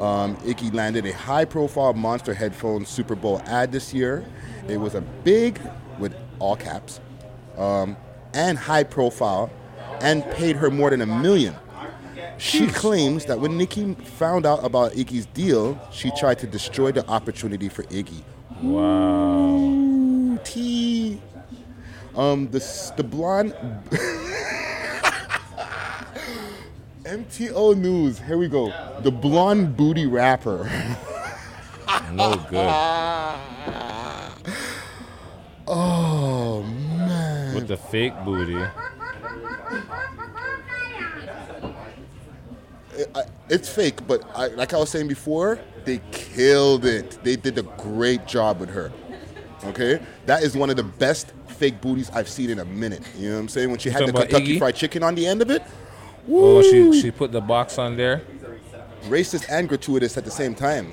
Speaker 2: Um, Iggy landed a high-profile Monster Headphones Super Bowl ad this year. It was a big, with all caps, um, and high-profile, and paid her more than a million. She claims that when Nicki found out about Iggy's deal, she tried to destroy the opportunity for Iggy.
Speaker 1: Wow.
Speaker 2: T. Um, the s- the blonde. [laughs] MTO News. Here we go. The blonde booty rapper. [laughs]
Speaker 1: No
Speaker 2: Ah,
Speaker 1: good.
Speaker 2: Oh man.
Speaker 1: With the fake booty.
Speaker 2: I, it's fake, but I, like I was saying before, they killed it. They did a great job with her. Okay, that is one of the best fake booties I've seen in a minute. You know what I'm saying? When she had the
Speaker 1: talking about
Speaker 2: Kentucky
Speaker 1: Iggy?
Speaker 2: Fried Chicken on the end of it,
Speaker 1: Oh, she she put the box on there.
Speaker 2: racist and gratuitous at the same time.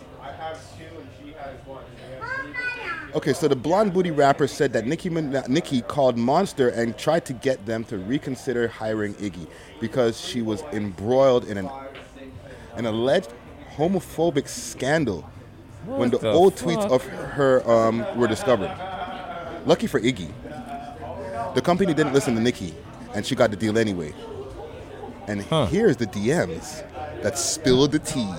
Speaker 2: Okay, so the blonde booty rapper said that Nicki, Min- Nicki called Monster and tried to get them to reconsider hiring Iggy because she was embroiled in an, an alleged homophobic scandal when the,
Speaker 1: What the
Speaker 2: old
Speaker 1: fuck?
Speaker 2: tweets of her um, were discovered. Lucky for Iggy, the company didn't listen to Nicki and she got the deal anyway. And here's the DMs that spilled the tea.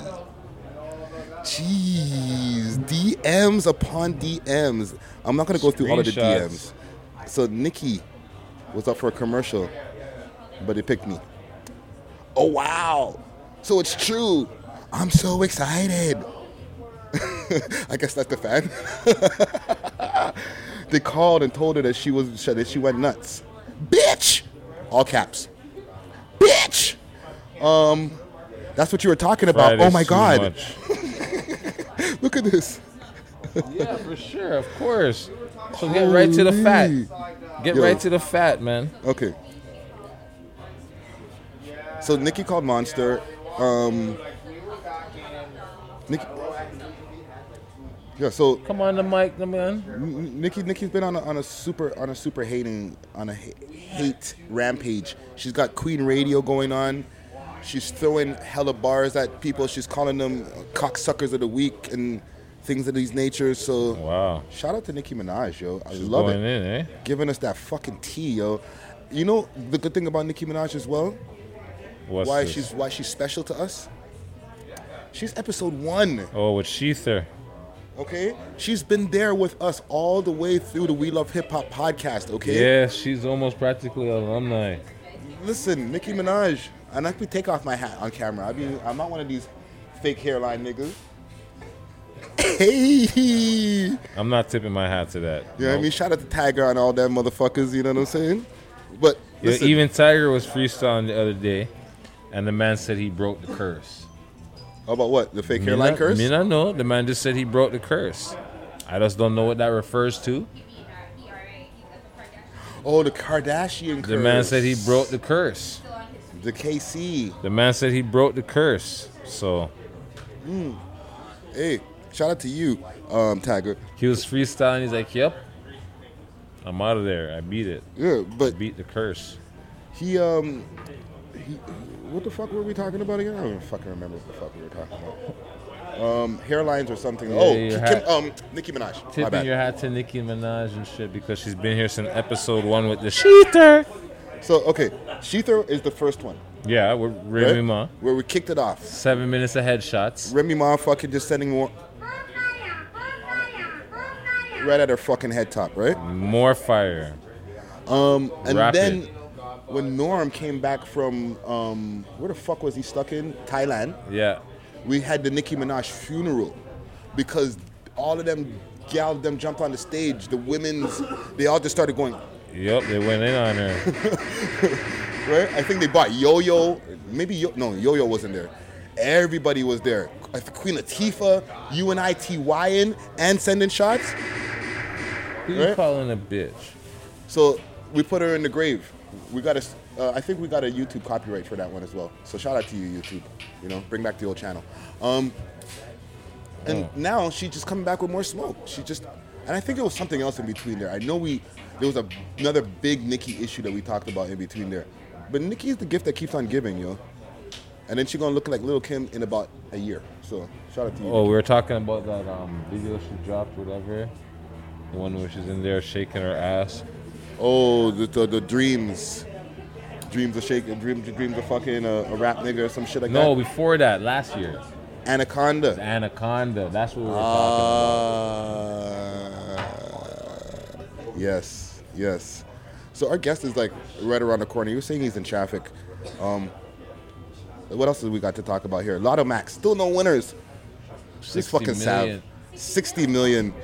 Speaker 2: Jeez, DMs upon DMs. I'm not gonna go through all of the
Speaker 1: Screenshots.
Speaker 2: DMs. So Nikki was up for a commercial, but it picked me. Oh wow! So it's true. I'm so excited. I guess that's the fan. [laughs] they called and told her that she was that she went nuts. Bitch! All caps. Bitch! Um, that's what you were talking about. oh
Speaker 1: Friday's
Speaker 2: my
Speaker 1: too
Speaker 2: god!
Speaker 1: much.
Speaker 2: Look at this.
Speaker 1: Yeah, for sure, of course. So get right to the fat. Get
Speaker 2: Yo.
Speaker 1: right to the fat, man.
Speaker 2: Okay. So Nikki called Monster. Um, Nikki. Yeah. So
Speaker 1: Come on, the mic, the man.
Speaker 2: N- N- Nikki Nikki's been on a, on a super on a super hating on a ha- hate rampage. She's got Queen Radio going on. She's throwing hella bars at people. She's calling them cocksuckers of the week and things of these natures. So
Speaker 1: Wow.
Speaker 2: shout out to Nicki Minaj, yo. I love it
Speaker 1: Going in, eh?
Speaker 2: giving us that fucking tea, yo. You know the good thing about Nicki Minaj as well,
Speaker 1: What's
Speaker 2: why
Speaker 1: this?
Speaker 2: she's why she's special to us. She's episode one,
Speaker 1: Oh, with Sheether.
Speaker 2: okay? She's been there with us all the way through the We Love Hip Hop podcast, okay?
Speaker 1: Yeah, she's almost practically an alumni.
Speaker 2: Listen, Nicki Minaj, and I could take off my hat on camera. I mean, I'm not one of these fake hairline niggas. Hey,
Speaker 1: I'm not tipping my hat to that.
Speaker 2: you know what I mean? Shout out to Tiger and all that motherfuckers. You know what I'm saying? But
Speaker 1: Yo,
Speaker 2: listen,
Speaker 1: even Tiger was freestyling the other day, and the man said he broke the curse.
Speaker 2: about what the fake
Speaker 1: Me
Speaker 2: hairline
Speaker 1: not-
Speaker 2: curse?
Speaker 1: Me not know. The man just said he broke the curse. I just don't know what that refers to.
Speaker 2: Oh, the Kardashian curse.
Speaker 1: The man said he broke the curse.
Speaker 2: the KC.
Speaker 1: The man said he broke the curse. So
Speaker 2: Hey, shout out to you, um, Tiger.
Speaker 1: he was freestyling. He's like, "Yep, I'm out of there. I beat it.
Speaker 2: Yeah, but
Speaker 1: Beat the curse."
Speaker 2: he um, he, what the fuck were we talking about again? I don't even fucking remember what the fuck we were talking about. Um, hairlines or something. oh,
Speaker 1: your
Speaker 2: Kim-
Speaker 1: hat.
Speaker 2: um, Nicki Minaj. My
Speaker 1: Tipping your
Speaker 2: bad.
Speaker 1: hat to Nicki Minaj and shit because she's been here since episode one with the Sheether.
Speaker 2: So okay, Sheether is the first one,
Speaker 1: Yeah, with
Speaker 2: right?
Speaker 1: Remy Ma.
Speaker 2: Where we kicked it off.
Speaker 1: Seven minutes of headshots.
Speaker 2: Remy Ma fucking just sending more right at her fucking head top, right?
Speaker 1: More fire.
Speaker 2: Um, and
Speaker 1: Rapid.
Speaker 2: then when Norm came back from um, where the fuck was he stuck in? Thailand.
Speaker 1: Yeah.
Speaker 2: we had the Nicki Minaj funeral because all of them gal them jumped on the stage. The women's they all just started going
Speaker 1: Yep, they went in on
Speaker 2: [laughs]
Speaker 1: her.
Speaker 2: right. I think they bought Yo Yo. Maybe Yo no Yo Yo wasn't there. Everybody was there. I think Queen Latifah, U N I T Y N, and sending shots.
Speaker 1: Who you
Speaker 2: Right?
Speaker 1: calling a bitch?
Speaker 2: So we put her in the grave. We got a s Uh, I think we got a YouTube copyright for that one as well. So shout out to you, YouTube. You know, bring back the old channel. Um, and now she's just coming back with more smoke. She just, and I think there was something else in between there. I know we there was a, another big Nikki issue that we talked about in between there, but Nikki is the gift that keeps on giving, yo. And then she's gonna look like Little Kim in about a year. So shout out to you.
Speaker 1: Oh, we were talking about that um, video she dropped, whatever. The one where she's in there shaking her ass.
Speaker 2: Oh, the, the, the dreams. Dreams of shake, dreams, dreams of fucking uh, a rap nigga or some shit like
Speaker 1: No,
Speaker 2: that.
Speaker 1: before that, last year.
Speaker 2: Anaconda.
Speaker 1: Anaconda. That's what we were talking
Speaker 2: Uh, yes, yes. So our guest is like right around the corner. You were saying he's in traffic. Um, what else have we got to talk about here? Lotto Max, still no winners.
Speaker 1: about.
Speaker 2: This
Speaker 1: 60
Speaker 2: fucking
Speaker 1: million.
Speaker 2: sad. 60 million.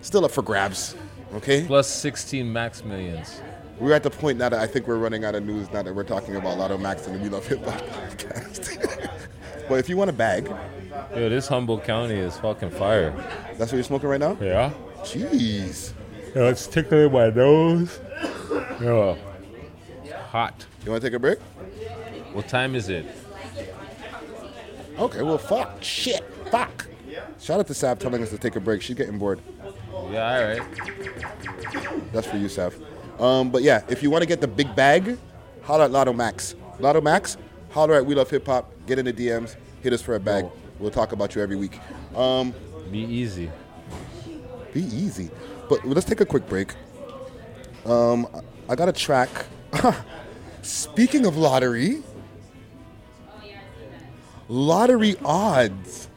Speaker 2: Still up for grabs. Okay?
Speaker 1: Plus 16 max millions.
Speaker 2: We're at the point now that I think we're running out of news now that we're talking about Lotto Max and the We Love Hip Hop podcast. [laughs] but if you want a bag,
Speaker 1: Yo, this Humboldt County is fucking fire.
Speaker 2: that's what you're smoking right now?
Speaker 1: Yeah?
Speaker 2: Jeez.
Speaker 1: You know, it's tickling my nose. Oh, hot.
Speaker 2: You want to take a break?
Speaker 1: What time is it?
Speaker 2: Okay, well, fuck. Shit. Fuck. Shout out to Sav telling us to take a break. She's getting bored.
Speaker 1: Yeah, all right.
Speaker 2: That's for you, Sav. Um, but yeah, if you want to get the big bag, holler at Lotto Max. Lotto Max, holler at We Love Hip Hop. Get in the DMs. Hit us for a bag. We'll talk about you every week. Um,
Speaker 1: Be easy.
Speaker 2: be easy. But let's take a quick break. Um, I got a track. [laughs] Speaking of lottery, lottery odds,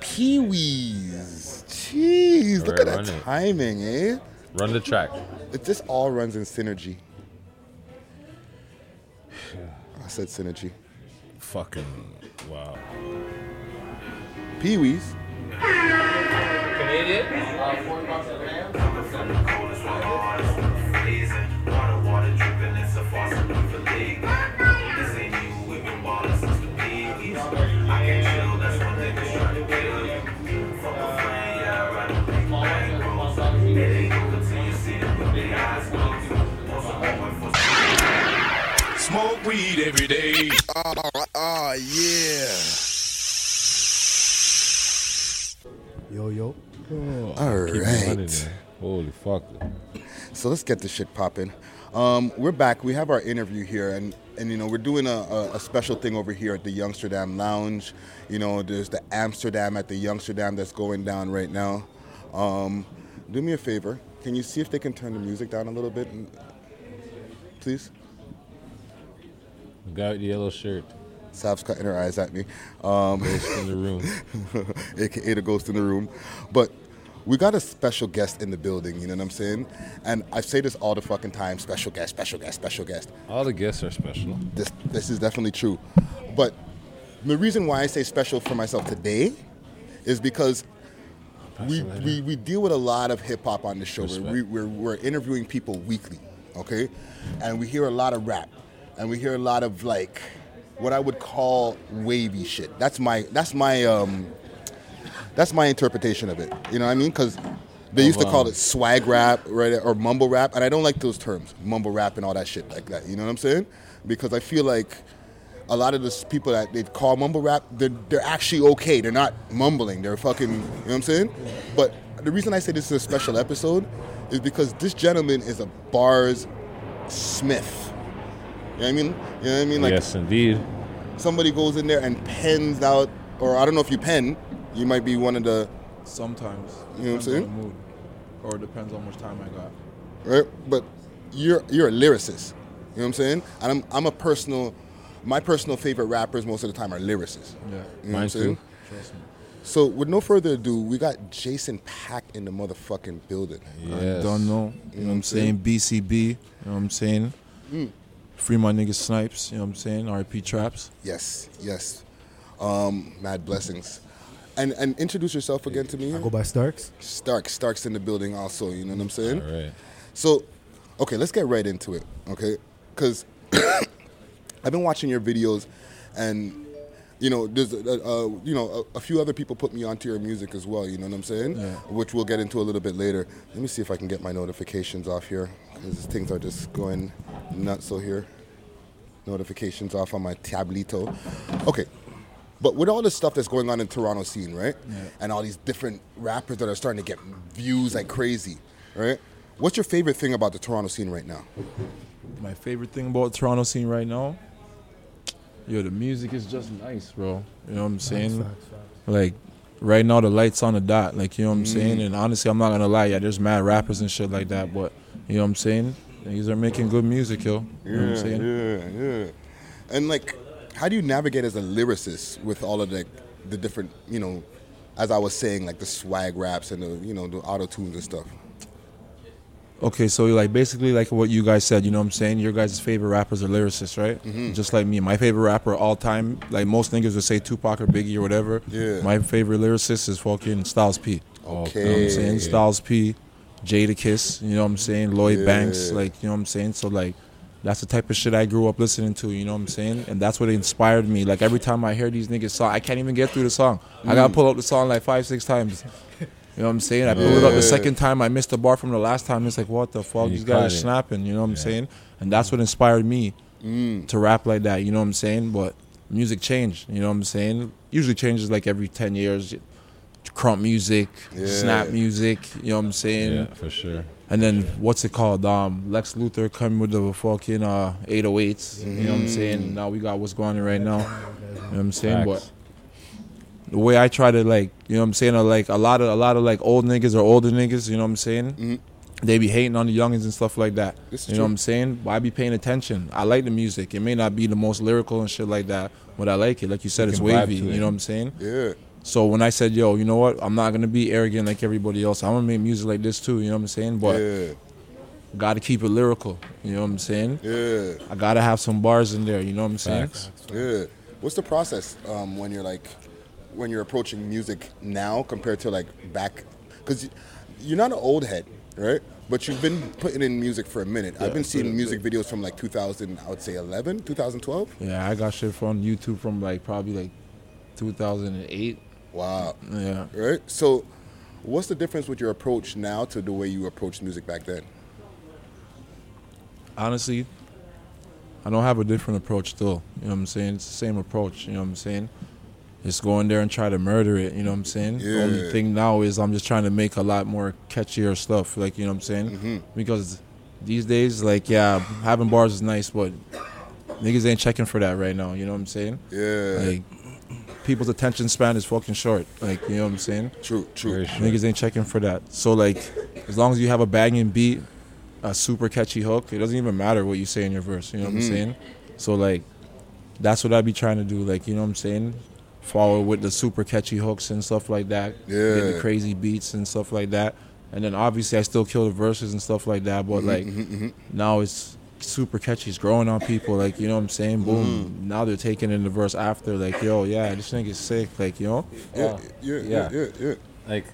Speaker 2: Pee Wees. Jeez, look
Speaker 1: Alright,
Speaker 2: at that
Speaker 1: run it.
Speaker 2: timing, eh?
Speaker 1: Run the track.
Speaker 2: It just all runs in synergy. [sighs] I said synergy.
Speaker 1: Fucking wow.
Speaker 2: Pee Wees.
Speaker 6: Smoke weed every day.
Speaker 2: Ah,
Speaker 3: Oh, yeah.
Speaker 11: Yo,
Speaker 2: Oh,
Speaker 11: yo.
Speaker 2: All
Speaker 1: Keep it running,
Speaker 2: right.
Speaker 1: man. Holy fuck.
Speaker 2: So let's get this shit popping. Um, we're back. We have our interview here, and, and you know we're doing a, a, a special thing over here at the Youngsterdam Lounge. You know, there's the Amsterdam at the Youngsterdam that's going down right now. Um, do me a favor. Can you see if they can turn the music down a little bit, and- please?
Speaker 1: The guy with the yellow shirt
Speaker 2: Sav's cutting her eyes at me, um,
Speaker 1: in the room.
Speaker 2: [laughs] aka the ghost in the room. But we got a special guest in the building. You know what I'm saying? And I say this all the fucking time: special guest, special guest, special guest.
Speaker 1: All the guests are special.
Speaker 2: this this is definitely true. But the reason why I say special for myself today is because we, we, we deal with a lot of hip hop on the show.
Speaker 1: Respect.
Speaker 2: We're, we're, we're interviewing people weekly, okay? And we hear a lot of rap, and we hear a lot of like what I would call wavy shit. That's my that's my um, that's my interpretation of it. You know what I mean? Because they used to
Speaker 1: Oh, wow.
Speaker 2: call it swag rap, right, or mumble rap, and I don't like those terms, mumble rap and all that shit like that. You know what I'm saying? Because I feel like a lot of the s- people that they call mumble rap, they're, they're actually okay. They're not mumbling. They're fucking. You know what I'm saying? But the reason I say this is a special episode is because this gentleman is a bars smith. You know what I mean? You know what I mean? Like
Speaker 1: yes, indeed.
Speaker 2: somebody goes in there and pens out, or I don't know if you pen. You might be one of the
Speaker 11: Sometimes.
Speaker 2: You know what I'm
Speaker 11: Depends
Speaker 2: saying?
Speaker 11: On the mood. Or depends on much time I got.
Speaker 2: right? But you're you're a lyricist. You know what I'm saying? And I'm I'm a personal my personal favorite rappers most of the time are lyricists.
Speaker 11: Yeah.
Speaker 2: You know what I'm
Speaker 1: Mine
Speaker 2: saying?
Speaker 1: too.
Speaker 11: Trust me.
Speaker 2: So with no further ado, we got Jason Pack in the motherfucking building.
Speaker 1: Yes.
Speaker 11: I don't know. You know what I'm saying? Mm. BCB. You know what I'm saying? Free my niggas snipes. You know what I'm saying? RP traps.
Speaker 2: Yes, yes. Um, mad blessings. And and introduce yourself again to me.
Speaker 11: Go by Starks.
Speaker 2: Stark, Stark's in the building also, you know what I'm saying?
Speaker 1: All right.
Speaker 2: So, okay, let's get right into it, okay? Because [coughs] I've been watching your videos, and you know, there's uh, uh, you know a, a few other people put me onto your music as well. You know what I'm saying?
Speaker 11: Yeah.
Speaker 2: Which we'll get into a little bit later. Let me see if I can get my notifications off here, because things are just going nuts so here. Notifications off on my tablito. Okay. But with all this stuff that's going on in Toronto scene, right? And all these different rappers that are starting to get views like crazy, right? What's your favorite thing about the Toronto scene right now?
Speaker 11: My favorite thing about Toronto scene right now, yo, the music is just nice, bro. You know what I'm saying? Like, right now the lights on the dot. Like, you know what I'm saying? And honestly, I'm not gonna lie, yeah, there's mad rappers and shit like that, but you know what I'm saying? These are making good music, yo. You know what I'm saying?
Speaker 2: yeah, yeah. And like, how do you navigate as a lyricist with all of like the different, you know, as I was saying, like the swag raps and the, you know, the auto tunes and stuff?
Speaker 11: Okay, so like basically like what you guys said, you know what I'm saying? Your guys' favorite rappers are lyricists, right? Just like me. My favorite rapper all time, like most niggas would say Tupac or Biggie or whatever.
Speaker 2: Yeah.
Speaker 11: My favorite lyricist is fucking Styles P. Oh, You know what I'm saying?
Speaker 2: Okay.
Speaker 11: Styles P, Jadakiss, you know what I'm saying? Lloyd Banks, like, you know what I'm saying? So, like, that's the type of shit I grew up listening to, you know what I'm saying? And that's what inspired me. Like,
Speaker 1: Mm.
Speaker 11: every time I hear these niggas' song, I can't even get through the song. I gotta pull up the song like five, six times. You You know what I'm saying? I pulled it up the second time. I missed the bar from the last time. It's like, what the fuck?
Speaker 1: And you
Speaker 11: These guys
Speaker 1: caught
Speaker 11: are
Speaker 1: it.
Speaker 11: snapping. You know what I'm saying? And that's what inspired me
Speaker 1: Mm.
Speaker 11: to rap like that. You know what I'm saying? But music changed. You know what I'm saying? Usually changes like every 10 years. Crump music, snap music. You know what I'm saying?
Speaker 1: Yeah, for sure.
Speaker 11: And then what's it called? Um, Lex Luthor coming with the fucking uh, 808s. You know what I'm
Speaker 1: Mm-hmm.
Speaker 11: saying? Now we got what's going on right now. You know what I'm saying?
Speaker 1: Facts.
Speaker 11: But the way I try to like, you know what I'm saying? Are like a lot of a lot of like old niggas or older niggas. You know what I'm saying?
Speaker 1: Mm-hmm.
Speaker 11: They be hating on the youngins and stuff like that.
Speaker 2: This is
Speaker 11: you know
Speaker 2: true.
Speaker 11: what I'm saying? But I be paying attention. I like the music. It may not be the most lyrical and shit like that, but I like it. Like you said, it's
Speaker 1: can vibe
Speaker 11: wavy.
Speaker 1: to
Speaker 11: You
Speaker 1: it.
Speaker 11: know what I'm saying?
Speaker 2: Yeah.
Speaker 11: So when I said, "Yo, you know what? I'm not gonna be arrogant like everybody else. I'm gonna make music like this too." You know what I'm saying? But
Speaker 2: Yeah.
Speaker 11: Gotta keep it lyrical. You know what I'm saying?
Speaker 2: Yeah.
Speaker 11: I gotta have some bars in there. You know what I'm saying?
Speaker 1: Facts.
Speaker 2: Yeah. What's the process um, when you're like when you're approaching music now compared to like back? Because you're not an old head, right? But you've been putting in music for a minute. I've been seeing music videos from like 2000, I would say 11, 2012.
Speaker 11: Yeah, I got shit from YouTube from like probably like 2008.
Speaker 2: Wow.
Speaker 11: Yeah.
Speaker 2: Right. So, what's the difference with your approach now to the way you approached music back then?
Speaker 11: honestly, I don't have a different approach still. You know what I'm saying? It's the same approach. You know what I'm saying? Just go in there and try to murder it. You know what I'm saying? The
Speaker 2: Yeah.
Speaker 11: only thing now is I'm just trying to make a lot more catchier stuff. Like, you know what I'm saying?
Speaker 2: Mm-hmm.
Speaker 11: Because these days, like, yeah, having bars is nice, but niggas ain't checking for that right now. You know what I'm saying?
Speaker 2: Yeah.
Speaker 11: Like, people's attention span is fucking short. Like, you know what I'm saying?
Speaker 2: True. True.
Speaker 1: Very true.
Speaker 11: Niggas ain't checking for that. So like, as long as you have a banging beat, a super catchy hook, it doesn't even matter what you say in your verse. You know what I'm saying? So like, that's what I be trying to do. Like, you know what I'm saying? Follow with the super catchy hooks and stuff like that. Get
Speaker 2: Yeah.
Speaker 11: the crazy beats and stuff like that. And then obviously I still kill the verses and stuff like that. But like, now it's super catchy. It's growing on people. Like, you know what I'm saying? Boom. Now they're taking in the verse after. Like, yo, yeah, this nigga's sick. Like, you know?
Speaker 2: Yeah. Yeah. Yeah.
Speaker 1: yeah.
Speaker 2: Yeah. yeah.
Speaker 1: like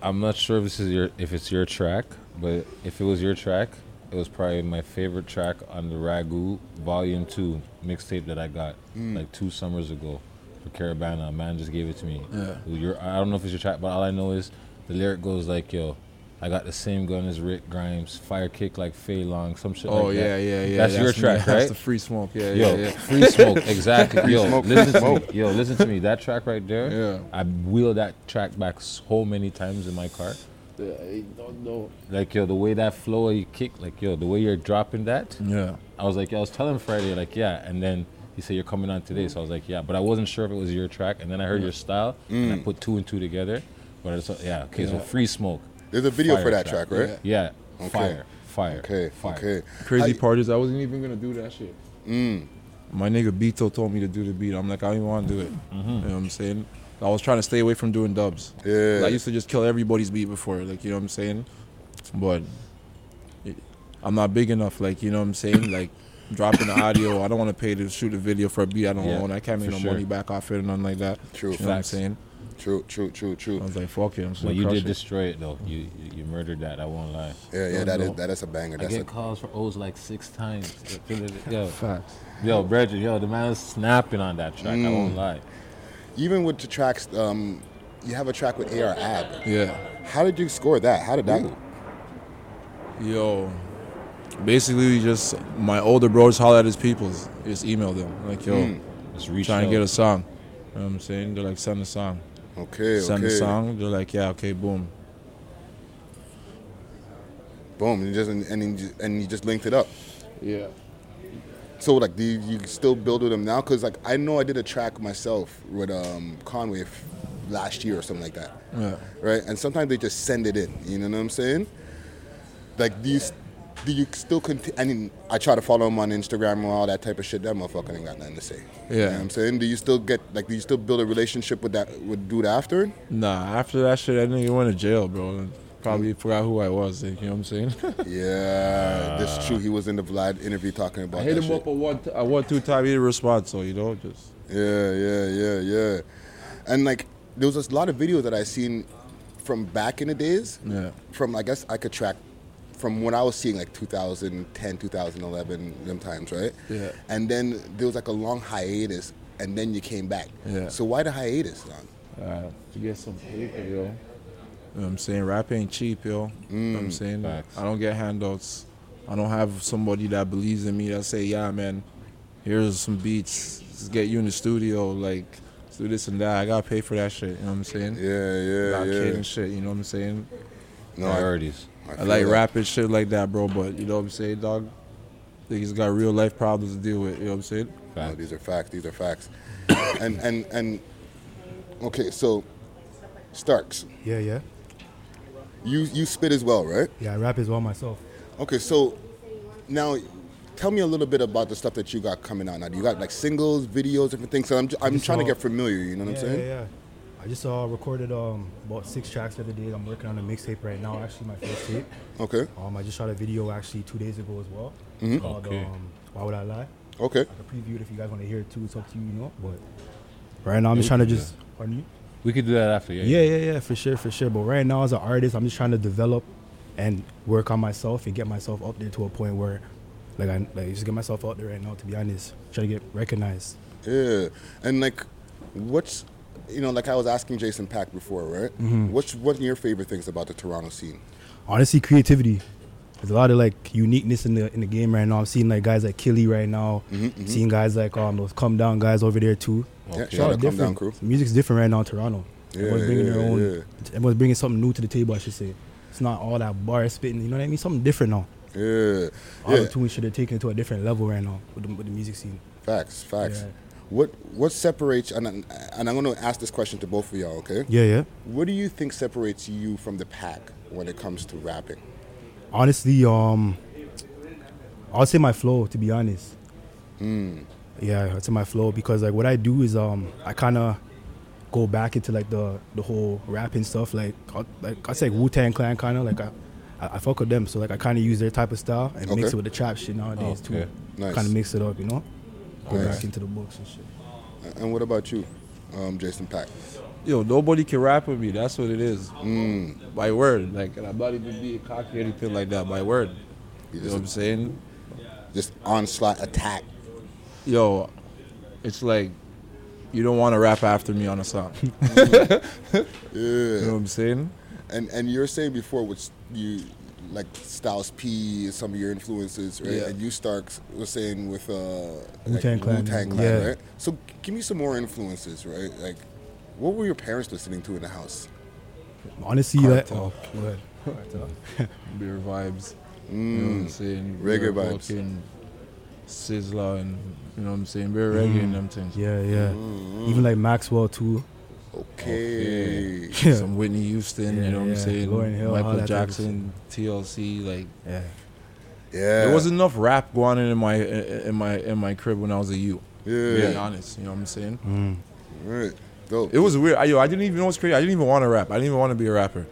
Speaker 1: I'm not sure if this is your if it's your track, but if it was your track, it was probably my favorite track on the Ragu Volume Two mixtape that I got
Speaker 11: Mm.
Speaker 1: like two summers ago for Caravana. A man just gave it to me. Yeah. Your, I don't know if it's your track, but all I know is the lyric goes like, "Yo, I got the same gun as Rick Grimes, fire kick like Faye Long, some shit
Speaker 11: Oh
Speaker 1: like
Speaker 11: yeah,
Speaker 1: that."
Speaker 11: yeah, yeah.
Speaker 1: That's, your
Speaker 11: me.
Speaker 1: track,
Speaker 11: [laughs] That's
Speaker 1: right?
Speaker 11: the free smoke. Yeah,
Speaker 1: Yo,
Speaker 11: yeah, yeah.
Speaker 1: free
Speaker 2: [laughs]
Speaker 1: smoke, exactly. Yo,
Speaker 2: smoke,
Speaker 1: listen
Speaker 2: free
Speaker 1: to me. Yo, listen to me. That track right there.
Speaker 11: Yeah.
Speaker 1: I wheel that track back so many times in my car. Like yo, the way that flow you kick, like yo, the way you're dropping that.
Speaker 11: Yeah.
Speaker 1: I was like, yo, I was telling Friday, like yeah, and then he said you're coming on today, so I was like, yeah, but I wasn't sure if it was your track, and then I heard
Speaker 2: Mm.
Speaker 1: your style, and I put two and two together. But I just, yeah, okay, so free smoke.
Speaker 2: There's a video
Speaker 1: Fire
Speaker 2: for that
Speaker 1: track.
Speaker 2: track, right?
Speaker 1: Yeah,
Speaker 2: Okay.
Speaker 1: fire, fire,
Speaker 2: Okay.
Speaker 1: fire.
Speaker 2: Okay.
Speaker 11: Crazy
Speaker 2: How-
Speaker 11: part is I wasn't even gonna do that shit.
Speaker 2: Mm.
Speaker 11: My nigga Beto told me to do the beat. I'm like, I don't even want to do it.
Speaker 1: Mm-hmm.
Speaker 11: You know what I'm saying? I was trying to stay away from doing dubs.
Speaker 2: Yeah.
Speaker 11: I used to just kill everybody's beat before, like you know what I'm saying. But it- I'm not big enough, like you know what
Speaker 1: [coughs]
Speaker 11: I'm saying. Like dropping the audio, I don't want to pay to shoot a video for a beat I don't
Speaker 1: Yeah,
Speaker 11: own. I can't make
Speaker 1: for
Speaker 11: no
Speaker 1: sure.
Speaker 11: money back off it or nothing like that.
Speaker 2: True.
Speaker 11: You know what I'm
Speaker 1: Facts.
Speaker 11: saying?
Speaker 2: True. True. True. True.
Speaker 11: I was like, fuck it. I'm just
Speaker 1: But
Speaker 11: gonna
Speaker 1: you
Speaker 11: crush
Speaker 1: did
Speaker 11: it.
Speaker 1: destroy it though. You you- you murdered that. I won't lie.
Speaker 2: Yeah. Yeah.
Speaker 11: No,
Speaker 2: That is
Speaker 11: no.
Speaker 2: that is a banger.
Speaker 1: I
Speaker 2: That's
Speaker 1: get
Speaker 2: a
Speaker 1: calls for O's like six times. Yo,
Speaker 11: [laughs] Facts. Mm.
Speaker 1: yo, Bridget, yo, the man was snapping on that track. I won't lie.
Speaker 2: even with the tracks. Um, you have a track with AR Ab.
Speaker 11: Yeah.
Speaker 2: How did you score that? How did that?
Speaker 11: Yo, basically, we just my older bros holler at his peoples. Just email them like, yo,
Speaker 2: Hmm.
Speaker 1: Just reach
Speaker 11: trying
Speaker 1: out.
Speaker 11: to get a song. You know what I'm saying? They're like, send a song,
Speaker 2: Okay.
Speaker 11: send a
Speaker 2: okay.
Speaker 11: song. They're like, yeah, okay, boom.
Speaker 2: Boom. And you just and you just, and you just linked it up.
Speaker 11: Yeah.
Speaker 2: So like, do you, you still build with them now? Cause like I know I did a track myself with um, Conway f- last year or something like that,
Speaker 11: Yeah.
Speaker 2: right? And sometimes they just send it in. You know what I'm saying? Like do you s- do you still continue? I mean, I try to follow him on Instagram and all that type of shit. That motherfucker ain't got nothing to say. you know
Speaker 11: Yeah.
Speaker 2: what I'm saying. Do you still get like? Do you still build a relationship with that with dude after?
Speaker 11: Nah, after that shit, I nigga went to jail, bro. And probably
Speaker 2: Hmm.
Speaker 11: forgot who I was. Like, you know what I'm saying? [laughs]
Speaker 2: yeah, that's true. He was in the Vlad interview talking about.
Speaker 11: Uh. I hit
Speaker 2: that
Speaker 11: him
Speaker 2: shit.
Speaker 11: up a one, t- a one, two time. He didn't respond, so you know, just
Speaker 2: Yeah, yeah, yeah, yeah. And like there was a lot of videos that I seen from back in the days.
Speaker 11: Yeah.
Speaker 2: From I guess I could track from when I was seeing like 2010, 2011, them times, right?
Speaker 11: Yeah.
Speaker 2: And then there was like a long hiatus, and then you came back.
Speaker 11: Yeah.
Speaker 2: So why the hiatus, Don?
Speaker 11: uh, to get some paper, yo. You know what I'm saying? Rap ain't cheap, yo. You know what
Speaker 2: Mm,
Speaker 11: I'm saying?
Speaker 1: facts.
Speaker 11: I don't get handouts. I don't have somebody that believes in me that say, yeah, man, here's some beats. Let's get you in the studio. Like, let's do this and that. I got to pay for that shit. You know what I'm saying?
Speaker 2: Yeah, yeah,
Speaker 11: Not
Speaker 2: yeah.
Speaker 11: kidding shit. You know what I'm saying?
Speaker 2: No,
Speaker 1: Priorities.
Speaker 11: I
Speaker 2: feel
Speaker 11: like
Speaker 2: that.
Speaker 11: rapping shit like that, bro. But you know what I'm saying, dog? Niggas got real life problems to deal with. You know what I'm saying?
Speaker 2: No, these are facts. These are facts. [coughs] and and and okay, so Starks,
Speaker 6: Yeah, yeah.
Speaker 2: you you spit as well, right?
Speaker 6: Yeah, I rap as well myself.
Speaker 2: Okay, so now tell me a little bit about the stuff that you got coming out now. You got like singles, videos, different things. So I'm, j- I'm
Speaker 6: Just
Speaker 2: trying to
Speaker 6: all-
Speaker 2: get familiar. You know what
Speaker 6: yeah,
Speaker 2: I'm saying?
Speaker 6: yeah, yeah. I just uh, recorded um, about six tracks the other day. I'm working on a mixtape right now, actually, my first tape.
Speaker 2: Okay,
Speaker 6: Um, I just shot a video actually two days ago as well. Called,
Speaker 1: Okay.
Speaker 6: um, Why Would I Lie?
Speaker 2: okay.
Speaker 6: I can preview it if you guys want to hear it too. It's up to you, you know. But right now, I'm just trying to just. Pardon you?
Speaker 1: We could do that after. Yeah.
Speaker 6: Yeah, yeah, yeah, for sure, for sure. But right now, as an artist, I'm just trying to develop and work on myself and get myself up there to a point where, like, I like just get myself out there right now. To be honest, try to get recognized.
Speaker 2: Yeah, and like, what's you know, like I was asking Jason Pack before, right?
Speaker 6: Mm-hmm.
Speaker 2: What's what's your favorite things about the Toronto scene?
Speaker 6: honestly creativity there's a lot of like uniqueness in the in the game right now i'm seeing like guys like killy right now seeing guys like um those come down guys over there too
Speaker 2: Yeah,
Speaker 1: Okay.
Speaker 6: It's all
Speaker 2: shout out Come Down
Speaker 6: different.
Speaker 2: Crew.
Speaker 6: music's different right now in toronto
Speaker 2: Yeah,
Speaker 6: everyone's bringing their
Speaker 2: yeah,
Speaker 6: own
Speaker 2: yeah.
Speaker 6: everyone's bringing something new to the table i should say it's not all that bar spitting you know what i mean something different now
Speaker 2: Yeah,
Speaker 6: all
Speaker 2: yeah.
Speaker 6: the tunes should have taken it to a different level right now with the, with the music scene
Speaker 2: Facts, facts.
Speaker 6: Yeah.
Speaker 2: What what separates and I'm- and I'm gonna ask this question to both of y'all, okay?
Speaker 6: yeah yeah
Speaker 2: What do you think separates you from the pack when it comes to rapping?
Speaker 6: honestly, um, I'll say my flow to be honest. Yeah, I'd say my flow because like what I do is um, I kind of go back into like the the whole rapping stuff. Like I, like I say Wu Tang Clan kind of like I, I I fuck with them. So like I kind of use their type of style and
Speaker 2: Okay.
Speaker 6: mix it with the trap shit nowadays
Speaker 1: Okay.
Speaker 6: too.
Speaker 2: Nice.
Speaker 6: Kind of mix it up, you know. Go
Speaker 2: Nice.
Speaker 6: back into the books and shit.
Speaker 2: And what about you, um, Jason Pack?
Speaker 11: Yo, nobody can rap with me. That's what it is.
Speaker 2: Mm.
Speaker 11: By word. Like, and I'm not even being cocky or anything like that. By word. You know what I'm saying?
Speaker 2: Just onslaught attack.
Speaker 11: Yo, it's like you don't want to rap after me on
Speaker 2: [laughs]
Speaker 11: a song. [laughs] You know
Speaker 2: Yeah.
Speaker 11: what I'm saying?
Speaker 2: And and you were saying before which you like Styles P, some of your influences, right?
Speaker 11: Yeah.
Speaker 2: And you Starks was saying with uh
Speaker 6: Wu-Tang Clan.
Speaker 2: Tang Clan,
Speaker 6: Yeah.
Speaker 2: right? So g- give me some more influences, right? Like what were your parents listening to in the house?
Speaker 6: Honestly, like
Speaker 11: Cartel.
Speaker 6: oh, go ahead.
Speaker 11: [laughs] Beer vibes. You know what I'm saying?
Speaker 2: Mm. Reggae
Speaker 11: Real
Speaker 2: vibes.
Speaker 11: fucking Sizzler and you know what I'm saying? Beer reggae and them things.
Speaker 6: Mm. yeah, yeah. Even like Maxwell too.
Speaker 2: Okay.
Speaker 11: Some Whitney Houston, you
Speaker 6: Yeah,
Speaker 11: know what
Speaker 6: yeah.
Speaker 11: I'm saying?
Speaker 6: Lauryn Hill, all
Speaker 11: Michael
Speaker 6: that type of
Speaker 11: Jackson, TLC, like
Speaker 6: Yeah,
Speaker 2: Yeah.
Speaker 11: There wasn't enough rap going on in my in my in my crib when I was a youth.
Speaker 2: Yeah. Mm-hmm.
Speaker 11: Being honest, you know what I'm saying?
Speaker 2: Right. Dope.
Speaker 11: It was weird. I, yo, I didn't even know what's crazy. I didn't even want to rap. I didn't even want to be a rapper.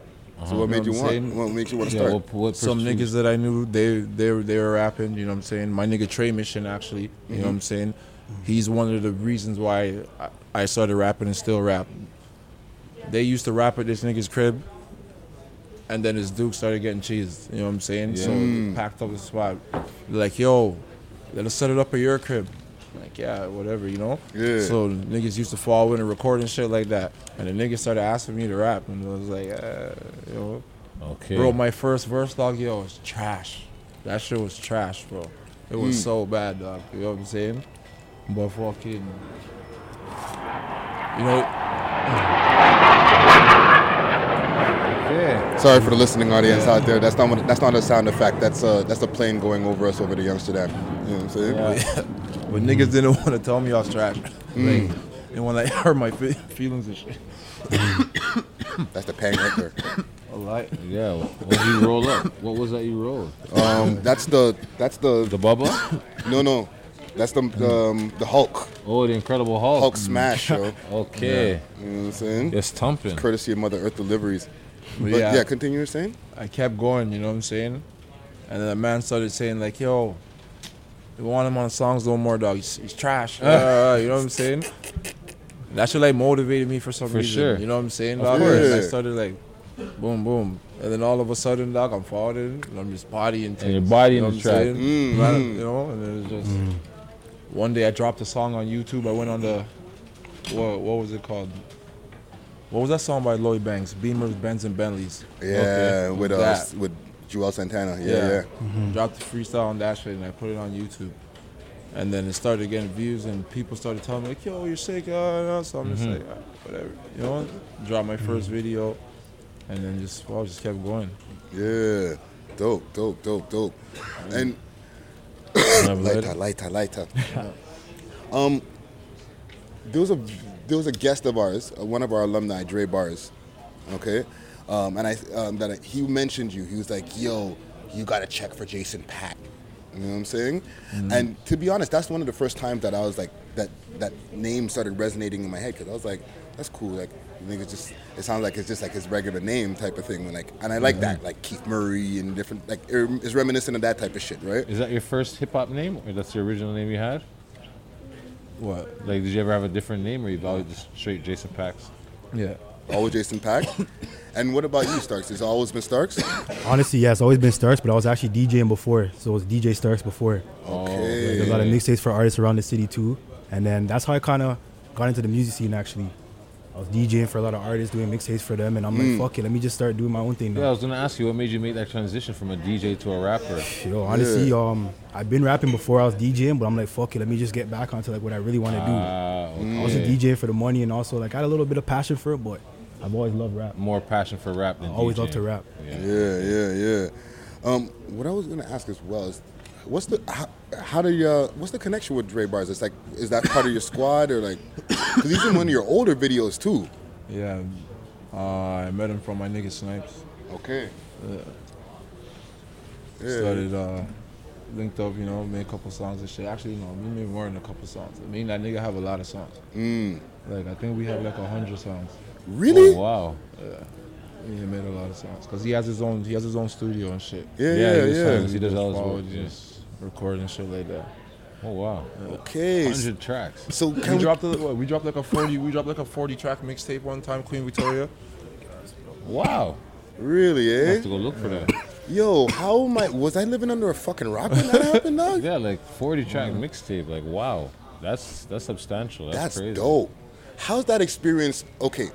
Speaker 2: so what
Speaker 11: You know
Speaker 2: made you
Speaker 11: what I'm
Speaker 2: want?
Speaker 11: saying?
Speaker 2: What made you want to
Speaker 1: Yeah,
Speaker 2: start?
Speaker 1: what, what
Speaker 11: Some
Speaker 1: pursuit-
Speaker 11: niggas that I knew, they they were- they were rapping. You know what I'm saying? My nigga Trey Mission actually. You know what I'm saying? He's one of the reasons why I, I started rapping and still rap. They used to rap at this nigga's crib, and then his Duke started getting cheesed. You know what I'm saying? So they packed up the spot. They're like, yo, let us set it up at your crib. I'm Like, yeah, whatever, you know?
Speaker 2: Yeah.
Speaker 11: So niggas used to fall in and record and shit like that. And the niggas started asking me to rap, and I was like, uh, you know.
Speaker 1: Okay.
Speaker 11: Bro, my first verse, dog, yo, was trash. That shit was trash, bro. It was so bad, dog. You know what I'm saying? But fucking, you know,
Speaker 1: yeah.
Speaker 2: Sorry for the listening audience out there. That's not what, that's not a sound effect. That's a that's a plane going over us over to Amsterdam. You know what I'm saying?
Speaker 11: [laughs] but niggas didn't [laughs] want to tell me I was trash. Like, and when I [laughs] hurt my fe- feelings and shit,
Speaker 2: That's the pang right there.
Speaker 11: a lot.
Speaker 1: Yeah. When you roll up, what was that you rolled?
Speaker 2: Um, that's the that's
Speaker 1: The
Speaker 2: the
Speaker 1: Bubba?
Speaker 2: no no, that's the um, the Hulk
Speaker 1: [coughs] Oh, the Incredible Hulk.
Speaker 2: Hulk smash, yo. You know
Speaker 1: Okay.
Speaker 2: what I'm saying?
Speaker 1: It's thumping.
Speaker 2: Courtesy of Mother Earth deliveries. But yeah,
Speaker 11: yeah.
Speaker 2: continue saying.
Speaker 11: I kept going, you know what I'm saying? And then the man started saying like, "Yo, we want him on songs no more, dog. He's, he's
Speaker 1: [laughs]
Speaker 11: trash." Uh, you know what I'm saying? That should like motivated me for some
Speaker 1: For
Speaker 11: reason.
Speaker 1: sure.
Speaker 11: You know what I'm saying?
Speaker 1: Of
Speaker 11: Dog? And I
Speaker 2: course.
Speaker 11: started like, boom, boom, and then all of a sudden, dog, I'm falling and I'm just bodying things.
Speaker 1: your body
Speaker 11: you know
Speaker 1: in the Mm.
Speaker 11: what
Speaker 1: track.
Speaker 11: I'm saying? Man, you know, and it was just. One day I dropped a song on YouTube. I went on the, what, what was it called? What was that song by Lloyd Banks? Beamers, Benz, and Bentleys.
Speaker 2: Yeah, with
Speaker 11: that.
Speaker 2: us with Joel Santana. Yeah, yeah.
Speaker 11: Dropped the freestyle on that shit and I put it on YouTube. And then it started getting views and people started telling me like, "Yo, you're sick," uh, uh, so I'm just
Speaker 3: Mhm.
Speaker 11: like, "Ah, whatever, you know. what? Dropped my 1st video, and then just well, just kept going.
Speaker 2: Yeah, dope, dope, dope, dope. And lighter, lighter, lighter. um, there was a there was a guest of ours, uh, one of our alumni, Dre Bars, okay, um, and I um, that I, he mentioned you. He was like, "Yo, you gotta check for Jason Pack." You know what I'm saying? And to be honest, that's one of the first times that I was like that that name started resonating in my head because I was like, "That's cool." Like niggas just it sounds like it's just like his regular name type of thing. When like and I like that like Keith Murray and different like it, it's reminiscent of that type of shit, right?
Speaker 1: Is that your first hip hop name, or that's the original name you had?
Speaker 11: What?
Speaker 1: Like, did you ever have a different name, or you've always just straight Jason Pax?
Speaker 11: Yeah.
Speaker 2: Always Jason Pack. and what about you, Starks? Has it always been Starks?
Speaker 6: Honestly, yeah, it's always been Starks, but I was actually DJing before, so it was DJ Starks before.
Speaker 2: Okay.
Speaker 6: Like, a lot of mixtapes for artists around the city too, and then that's how I kind of got into the music scene. Actually, I was DJing for a lot of artists, doing mixtapes for them, and I'm
Speaker 1: Mm.
Speaker 6: like, fuck it, let me just start doing my own thing. Now.
Speaker 1: Yeah, I was gonna ask you what made you make that transition from a DJ to a rapper.
Speaker 6: Yo, honestly, um, I've been rapping before I was DJing, but I'm like, fuck it, let me just get back onto like what I really want to do.
Speaker 1: Ah,
Speaker 6: I was a
Speaker 1: okay.
Speaker 6: DJ for the money, and also like I had a little bit of passion for it, but I've always loved rap.
Speaker 1: more passion for rap than
Speaker 6: I always
Speaker 1: DJing.
Speaker 6: love to rap.
Speaker 2: Yeah, yeah, yeah. Um, what I was gonna ask as well is, what's the how, how do you uh, what's the connection with Dre Bars? It's like is that part of your squad or like? Because he's in one of your older videos too.
Speaker 11: Yeah, uh, I met him from my nigga Snipes.
Speaker 2: Okay.
Speaker 11: Yeah.
Speaker 2: Yeah.
Speaker 11: Started uh, linked up, you know, made a couple songs and shit. Actually, no, we made more than a couple songs. I mean, that nigga have a lot of songs.
Speaker 2: Mm.
Speaker 11: Like I think we have like a hundred songs.
Speaker 2: Really?
Speaker 1: Oh, wow.
Speaker 11: Yeah. He made a lot of songs because he has his own he has his own studio and shit.
Speaker 2: Yeah, Yeah, yeah, he does yeah. songs.
Speaker 1: He does all his
Speaker 11: forward,
Speaker 1: work, yeah.
Speaker 11: just record and shit like that.
Speaker 1: Oh wow.
Speaker 2: Okay.
Speaker 1: 100 tracks.
Speaker 2: So
Speaker 11: we,
Speaker 2: can we-
Speaker 11: dropped a, what, we dropped like a forty we dropped like a forty track mixtape one time Queen Victoria.
Speaker 1: Wow.
Speaker 2: Really? Eh?
Speaker 1: have to go look for that.
Speaker 2: Yo, how am I? Was I living under a fucking rock when that happened, dog?
Speaker 1: Yeah, like 40 track mixtape. Like wow, that's that's substantial. That's,
Speaker 2: That's
Speaker 1: crazy.
Speaker 2: dope. How's that experience? Okay,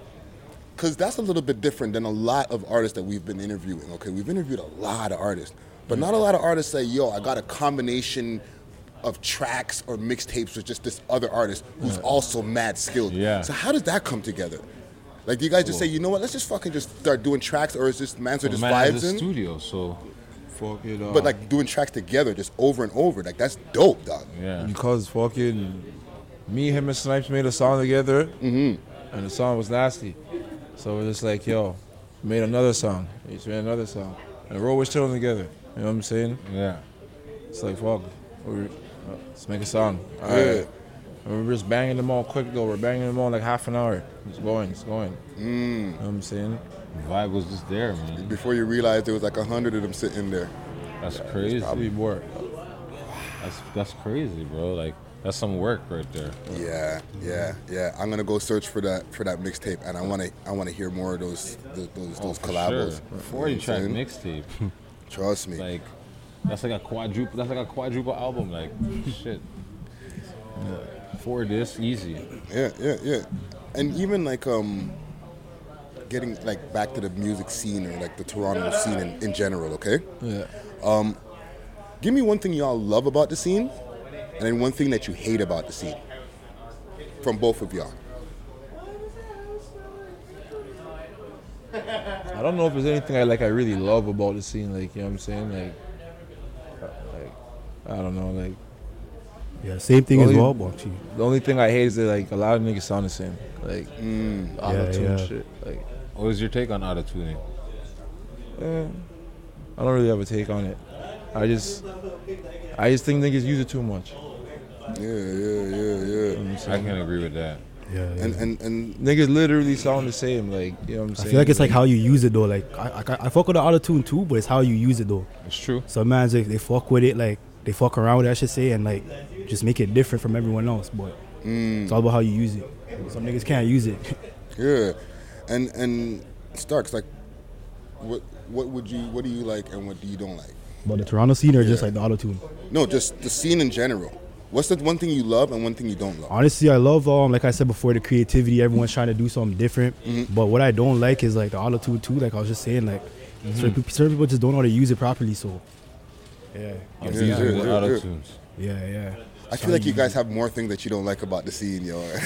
Speaker 2: because that's a little bit different than a lot of artists that we've been interviewing. Okay, we've interviewed a lot of artists, but not a
Speaker 1: Mm.
Speaker 2: lot of artists say, "Yo, I got a combination of tracks or mixtapes with just this other artist who's
Speaker 1: Yeah.
Speaker 2: also mad skilled."
Speaker 1: Yeah.
Speaker 2: So how does that come together? Like, do you guys just say, "You know what? Let's just fucking just start doing tracks," or is just man's or
Speaker 1: Well,
Speaker 2: just
Speaker 1: man has
Speaker 2: vibes
Speaker 1: a
Speaker 2: in?
Speaker 1: studio, so
Speaker 11: fuck it.
Speaker 1: Uh.
Speaker 2: But like doing tracks together, just over and over, like that's dope, dog.
Speaker 1: Yeah.
Speaker 11: Because fucking me, him, and Snipes made a song together,
Speaker 2: Mm-hmm.
Speaker 11: and the song was nasty. So we're just like, yo, made another song. Each made another song, and we're always chilling together. You know what I'm saying?
Speaker 1: Yeah.
Speaker 11: It's like fuck, we're, uh, let's make a song. All
Speaker 2: Yeah.
Speaker 11: right. And we're just banging them all quick though. We're banging them all like half an hour. It's going, it's going. You know what I'm saying?
Speaker 1: vibe was just there, man.
Speaker 2: Before you realized there was like a hundred of them sitting there.
Speaker 1: That's crazy.
Speaker 11: probably more.
Speaker 1: That's that's crazy, bro. Like that's some work right there.
Speaker 2: Yeah, yeah, yeah. I'm gonna go search for that for that mixtape, and I want to I want to hear more of those those those,
Speaker 1: Oh,
Speaker 2: those
Speaker 1: for
Speaker 2: collabos.
Speaker 1: sure.
Speaker 2: You know
Speaker 1: Forty
Speaker 2: what I'm
Speaker 1: track
Speaker 2: saying?
Speaker 1: mixtape.
Speaker 2: Trust me.
Speaker 1: Like that's like a quadruple. That's like a quadruple album. Like shit. For this easy.
Speaker 2: Yeah, yeah, yeah. And even like um, getting like back to the music scene or like the Toronto scene in, in general. Okay.
Speaker 11: Yeah.
Speaker 2: Um, give me one thing y'all love about the scene, and then one thing that you hate about the scene. From both of y'all.
Speaker 11: I don't know if there's anything I like. I really love about the scene, like you know what I'm saying, like, uh, like I don't know, like.
Speaker 6: Yeah, same thing
Speaker 11: The
Speaker 6: as
Speaker 11: only-
Speaker 6: well, Bokchi.
Speaker 11: The only thing I hate is that like a lot of niggas sound the same, like auto tune
Speaker 1: Yeah, yeah.
Speaker 11: shit. Like,
Speaker 1: What was your take on auto tuning?
Speaker 11: eh, I don't really have a take on it. I just, I just think niggas use it too much.
Speaker 2: Yeah, yeah, yeah, yeah.
Speaker 1: I can agree with that.
Speaker 6: Yeah, yeah.
Speaker 2: And and and
Speaker 11: Niggas literally sound the same, like you know what I'm
Speaker 6: I
Speaker 11: saying.
Speaker 6: feel like it's like how you use it though. Like I, I, I fuck with the auto tune too, but it's how you use it though.
Speaker 1: It's true.
Speaker 6: Some mans they, they fuck with it, like they fuck around with it, I should say, and like just make it different from everyone else. But
Speaker 2: Mm.
Speaker 6: it's all about how you use it. Some niggas can't use it. [laughs]
Speaker 2: Yeah, and and Starks like, what what would you what do you like and what do you don't like?
Speaker 6: but the Toronto scene are just like the auto tune.
Speaker 2: No, just the scene in general. What's the one thing you love and one thing you don't love?
Speaker 6: Honestly, I love um like I said before the creativity. Everyone's trying to do something different.
Speaker 2: Mm-hmm.
Speaker 6: But what I don't like is like the auto tune too. Like I was just saying, like
Speaker 2: Mm-hmm.
Speaker 6: certain, people, certain people just don't know how to use it properly. So yeah,
Speaker 1: I'm busy with autotunes.
Speaker 6: Yeah, yeah.
Speaker 2: I feel like you guys have more things that you don't like about the scene, yo. [laughs]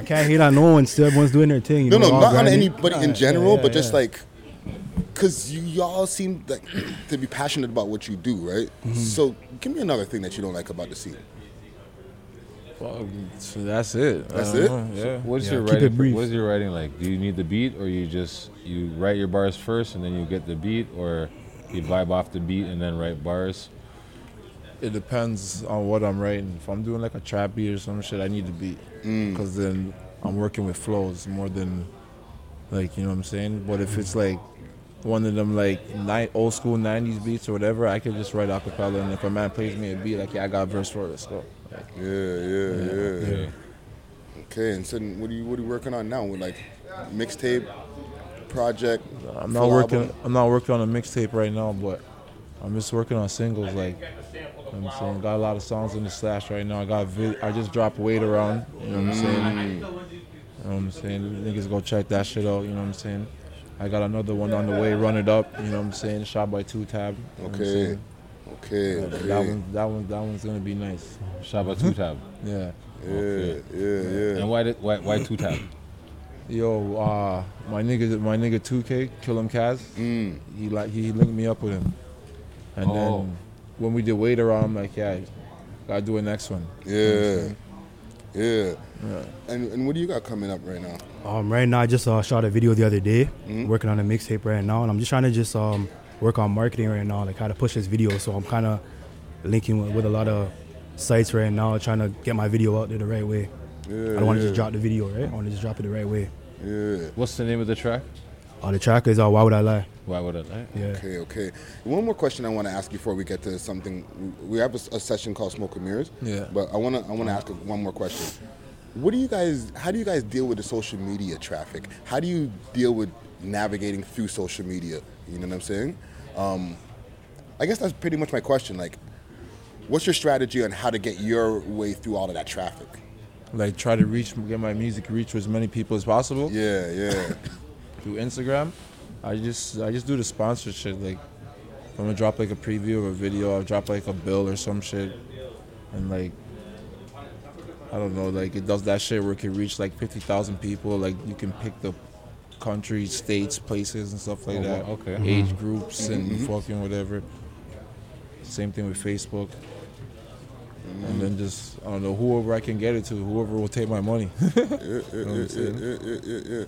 Speaker 6: I can't hate on no one. Still, everyone's doing their thing. you
Speaker 2: no,
Speaker 6: know,
Speaker 2: no,
Speaker 6: all
Speaker 2: not on
Speaker 6: grinding.
Speaker 2: anybody
Speaker 6: Yeah,
Speaker 2: in general,
Speaker 6: yeah,
Speaker 2: but just
Speaker 6: yeah.
Speaker 2: like, cause you y'all seem like [clears throat] to be passionate about what you do, right? So give me another thing that you don't like about the scene.
Speaker 11: Well, so that's it. I
Speaker 2: That's
Speaker 11: don't
Speaker 2: it?
Speaker 11: know, Yeah.
Speaker 1: What's
Speaker 6: Yeah,
Speaker 1: your
Speaker 6: keep it
Speaker 1: writing?
Speaker 6: brief.
Speaker 1: What's your writing like? Do you need the beat, or you just you write your bars first and then you get the beat, or you vibe off the beat and then write bars?
Speaker 11: It depends on what I'm writing. If I'm doing like a trap beat or some shit, I need to beat.
Speaker 2: Mm.
Speaker 11: Because then I'm working with flows more than, like, you know what I'm saying? But if it's like one of them, like, ni- old school 90s beats or whatever, I can just write a cappella. And if a man plays me a beat, like, yeah, I got a verse for it, let's go. Like,
Speaker 2: Yeah, yeah, yeah. Okay, and so what are you what are you working on now? With like mixtape project?
Speaker 11: I'm not
Speaker 2: full
Speaker 11: working.
Speaker 2: album?
Speaker 11: I'm not working on a mixtape right now, but I'm just working on singles. Like you know what I'm saying, got a lot of songs in the stash right now. I got. Vi- I just dropped weight around. You know what I'm saying? You know what I'm saying? Niggas go check that shit out. You know what I'm saying? I got another one on the way. Run it up. You know what I'm saying? Shot by Two Tab. you know what I'm
Speaker 2: Okay,
Speaker 11: saying?
Speaker 2: okay,
Speaker 11: That
Speaker 2: okay.
Speaker 11: one. That one. That one's gonna be nice.
Speaker 1: Shout
Speaker 6: Mm-hmm.
Speaker 1: out two tab.
Speaker 11: Yeah.
Speaker 2: Yeah, yeah, yeah.
Speaker 1: And why did why why two tab?
Speaker 11: Yo, uh, my nigga, my nigga, 2K, Kill Him Kaz. He like he linked me up with him, and
Speaker 1: Oh.
Speaker 11: then when we did wait around, I'm like, yeah, gotta do a next one.
Speaker 2: Yeah. Yeah. And and what do you got coming up right now?
Speaker 6: Um, right now, I just uh, shot a video the other day, working on a mixtape right now, and I'm just trying to just um, work on marketing right now, like how to push this video. So I'm kind of linking with, with a lot of sites right now, trying to get my video out there the right way. I don't want to just drop the video, right? I want to just drop it the right way.
Speaker 2: Yeah.
Speaker 1: What's the name of the track?
Speaker 6: Uh, the track is uh, Why Would I Lie?
Speaker 1: Why would I? lie?
Speaker 6: Yeah.
Speaker 2: Okay, okay. One more question I want to ask before we get to something. We have a, s- a session called Smoke and Mirrors.
Speaker 11: Yeah.
Speaker 2: But I want to I want to ask one more question. What do you guys? How do you guys deal with the social media traffic? How do you deal with navigating through social media? You know what I'm saying? Um, I guess that's pretty much my question. Like, what's your strategy on how to get your way through all of that traffic?
Speaker 11: Like try to reach, get my music reach as many people as possible
Speaker 2: Yeah, yeah,
Speaker 11: through Instagram. I just, I just do the sponsorship. Like, if I'm gonna drop like a preview of a video, I'll drop like a bill or some shit, and like. I don't know, like it does that shit where it can reach like 50,000 people. Like you can pick the country, states, places, and stuff like
Speaker 1: Oh,
Speaker 11: that.
Speaker 1: wow, okay.
Speaker 11: Age groups and fucking whatever. Same thing with Facebook. And then just, I don't know, whoever I can get it to, whoever will take my money. [laughs] You know what I'm saying?
Speaker 2: yeah, yeah, yeah, yeah.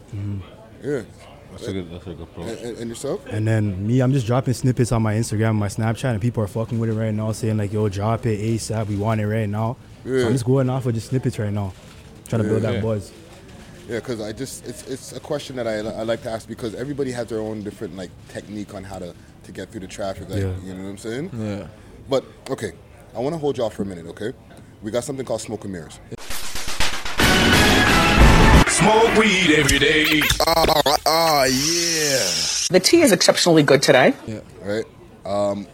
Speaker 2: yeah.
Speaker 1: That's a good that's a good approach.
Speaker 2: [laughs] And, and yourself?
Speaker 6: And then me, I'm just dropping snippets on my Instagram, and my Snapchat, and people are fucking with it right now, saying like, "Yo, drop it ASAP. We want it right now." So
Speaker 2: Yeah.
Speaker 6: I'm just going off of just snippets right now, trying to build
Speaker 1: Yeah.
Speaker 6: that buzz.
Speaker 2: Yeah, because I just it's it's a question that I, I like to ask because everybody has their own different like technique on how to to get through the traffic. Like,
Speaker 6: Yeah.
Speaker 2: You know what I'm saying?
Speaker 11: Yeah.
Speaker 2: But okay, I want to hold y'all for a minute. Okay, we got something called smoke and mirrors.
Speaker 4: Smoke weed every day.
Speaker 2: Ah,
Speaker 3: Oh, yeah.
Speaker 12: The tea is exceptionally good today.
Speaker 2: All right. Um,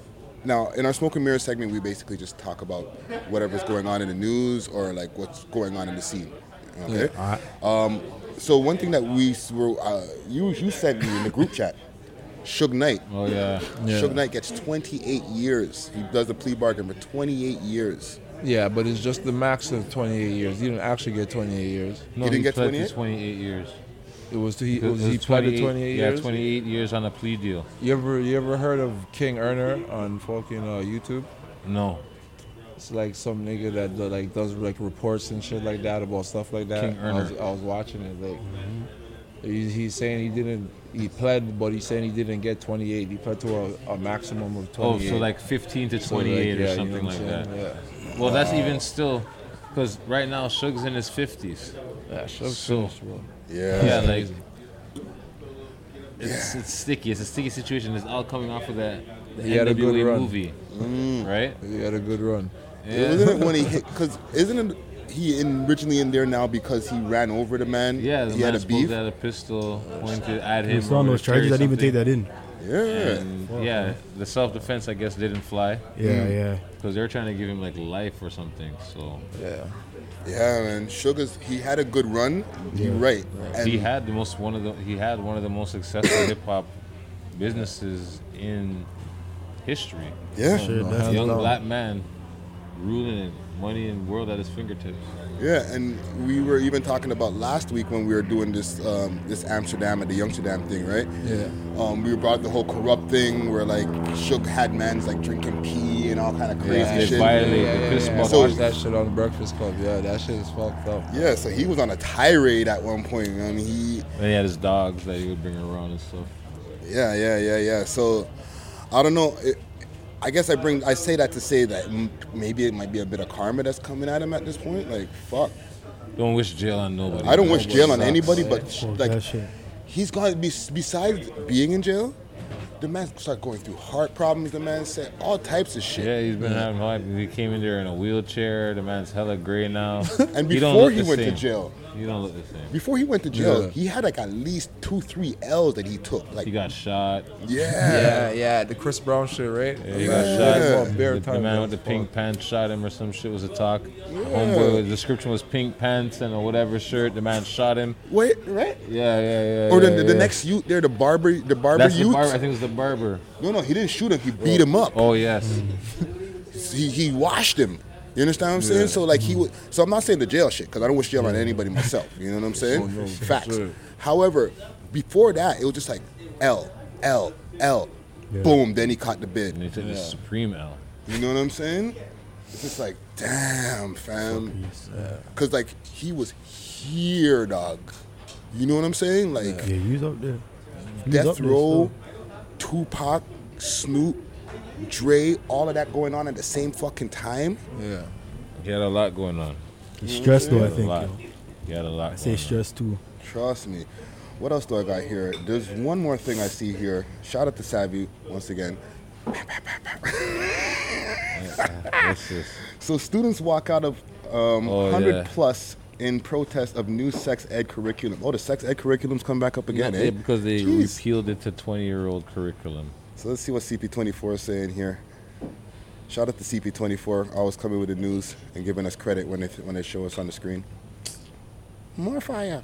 Speaker 2: now, in our smoke and mirrors segment, we basically just talk about whatever's going on in the news or like what's going on in the scene. Okay. Um, so one thing that we s- were uh, you you sent me in the group chat, Suge Knight.
Speaker 1: Oh yeah.
Speaker 11: Yeah.
Speaker 2: Suge Knight gets 28 years. He does the plea bargain for 28 years.
Speaker 11: Yeah, but it's just the max of 28 years. You didn't actually get 28 years.
Speaker 1: No,
Speaker 2: didn't
Speaker 1: he
Speaker 2: get
Speaker 1: pled to
Speaker 2: 28?
Speaker 1: 28 years.
Speaker 6: Oh,
Speaker 11: It was, he, it
Speaker 1: It
Speaker 11: was,
Speaker 1: was
Speaker 11: he pled to
Speaker 1: 28
Speaker 11: 28
Speaker 1: Yeah,
Speaker 11: years.
Speaker 1: 28 years on a plea deal.
Speaker 11: You ever you ever heard of King Erner on fucking uh, YouTube?
Speaker 1: No.
Speaker 11: It's like some nigga that do, like does like reports and shit like that about stuff like that.
Speaker 1: King
Speaker 11: I was,
Speaker 1: Erner.
Speaker 11: I was watching it like he, he's saying he didn't he pled, but he's saying he didn't get 28. He pled to a, a maximum of 28.
Speaker 1: Oh, so like 15 to 28
Speaker 11: So, like, yeah,
Speaker 1: or
Speaker 11: you know
Speaker 1: something
Speaker 11: what
Speaker 1: like
Speaker 11: I'm
Speaker 1: that.
Speaker 11: saying?
Speaker 1: Well, that's even still, because right now Suge's in his 50s.
Speaker 11: Yeah, yeah so,
Speaker 1: So-
Speaker 11: bro.
Speaker 2: Yeah.
Speaker 1: Yeah, like it's, it's sticky. It's a sticky situation. It's all coming off of that the
Speaker 11: He had a good
Speaker 1: NWA
Speaker 11: run. Mm.
Speaker 1: movie, right?
Speaker 11: He had a good run.
Speaker 1: Yeah.
Speaker 2: Isn't it
Speaker 1: [laughs]
Speaker 2: when he hit? Because isn't it he in, originally in there now because he ran over the man?
Speaker 1: Yeah, the
Speaker 2: he
Speaker 1: man
Speaker 2: had a
Speaker 1: supposed
Speaker 2: beef.
Speaker 1: to had a pistol pointed at him.
Speaker 6: We saw
Speaker 1: or
Speaker 6: those charges. I didn't
Speaker 1: something.
Speaker 6: even take that in.
Speaker 1: And, yeah, the self defense I guess didn't fly.
Speaker 6: Yeah, yeah.
Speaker 1: Because they were trying to give him like life or something. So
Speaker 11: yeah,
Speaker 2: Yeah, man. Sugar's he had a good run. You're right.
Speaker 1: he had the most one of the he had one of the most successful [coughs] hip hop businesses in history.
Speaker 2: Yeah. Sure,
Speaker 1: A
Speaker 2: hands
Speaker 1: young
Speaker 2: down.
Speaker 1: black man ruling and money and world at his fingertips.
Speaker 2: Yeah, and we were even talking about last week when we were doing this um, this Amsterdam and the Youngsterdam thing, right?
Speaker 11: Yeah.
Speaker 2: Um, we brought up the whole corrupt thing where like Suge had man's like drinking pee and all kind of crazy
Speaker 11: they
Speaker 2: shit.
Speaker 11: violate the piss
Speaker 2: yeah.
Speaker 11: ball.
Speaker 2: So-
Speaker 11: Watch that shit on Breakfast Club. Yeah, that shit is fucked up.
Speaker 2: yeah, so he was on a tirade at one point. you know what I mean, he
Speaker 1: And he had his dogs that he would bring around and stuff.
Speaker 2: Yeah, yeah, yeah, yeah. So, I don't know. It, I guess I bring. I say that to say that m- maybe it might be a bit of karma that's coming at him at this point. Like, fuck.
Speaker 1: Don't wish jail on nobody.
Speaker 2: I don't wish jail on
Speaker 1: Sucks.
Speaker 2: anybody, but sh-
Speaker 6: Fuck
Speaker 2: like,
Speaker 6: that shit.
Speaker 2: he's gone. bes- Besides being in jail, the man started going through heart problems. The man said all types of shit.
Speaker 1: Yeah, he's been having hype. He came in there in a wheelchair. The man's hella gray now.
Speaker 2: [laughs] And
Speaker 1: He don't
Speaker 2: before
Speaker 1: look
Speaker 2: he
Speaker 1: the
Speaker 2: went to
Speaker 1: same.
Speaker 2: jail.
Speaker 1: he don't look the same.
Speaker 2: Before he went to jail,
Speaker 1: Yeah.
Speaker 2: he had like at least two, three L's that he took. Like
Speaker 1: he got shot.
Speaker 2: Yeah.
Speaker 11: yeah, yeah. The Chris Brown shit, right?
Speaker 1: Yeah, he got
Speaker 11: Yeah.
Speaker 1: shot.
Speaker 11: Bare
Speaker 1: the, the
Speaker 11: time,
Speaker 1: man
Speaker 11: man.
Speaker 1: with the pink pants shot him or some shit was a talk.
Speaker 2: Yeah.
Speaker 1: Homeboy, the description was pink pants and a whatever shirt. The man shot him.
Speaker 2: wait, right?
Speaker 1: Yeah, yeah, yeah.
Speaker 2: Or Oh, the,
Speaker 1: yeah,
Speaker 2: the, the
Speaker 1: yeah.
Speaker 2: next youth there, the barber, the barber
Speaker 1: That's the
Speaker 2: youth.
Speaker 1: barber. I think it was the barber.
Speaker 2: No, no, he didn't shoot him. He beat him up.
Speaker 1: Oh yes.
Speaker 2: he, he washed him. You understand what I'm saying? So like he would. So I'm not saying the jail shit because I don't wish jail on anybody myself. You know
Speaker 1: [laughs]
Speaker 2: what I'm saying?
Speaker 11: no, for
Speaker 2: Facts.
Speaker 11: sure.
Speaker 2: However, before that, it was just like L L L, boom. Then he caught the bid.
Speaker 1: And they took the
Speaker 2: Yeah.
Speaker 1: Supreme L.
Speaker 2: You know what I'm saying? It's just like, damn, fam. Cause like he was here, dog. You know what I'm saying? Like
Speaker 6: Yeah, you was up there. He was up
Speaker 2: Death
Speaker 6: there
Speaker 2: Row, Tupac, Snoop, Dre, all of that going on at the same fucking time.
Speaker 11: Yeah.
Speaker 1: He had a lot going on.
Speaker 6: He's stressed
Speaker 1: He
Speaker 6: though, I
Speaker 1: had a
Speaker 6: think,
Speaker 1: lot.
Speaker 6: yo.
Speaker 1: He had a lot.
Speaker 6: I say stress too.
Speaker 2: Trust me. What else do I got here? There's one more thing I see here. Shout out to Savvy once again.
Speaker 1: What's this?
Speaker 2: So students walk out of um,
Speaker 1: Oh,
Speaker 2: 100
Speaker 1: yeah.
Speaker 2: plus in protest of new sex ed curriculum. Oh, the sex ed curriculum's come back up again,
Speaker 1: Yeah,
Speaker 2: eh?
Speaker 1: because they
Speaker 2: Jeez.
Speaker 1: repealed it to 20 year old curriculum.
Speaker 2: So let's see what CP24 is saying here. Shout out to CP24, always coming with the news and giving us credit when they when they show us on the screen. More fire.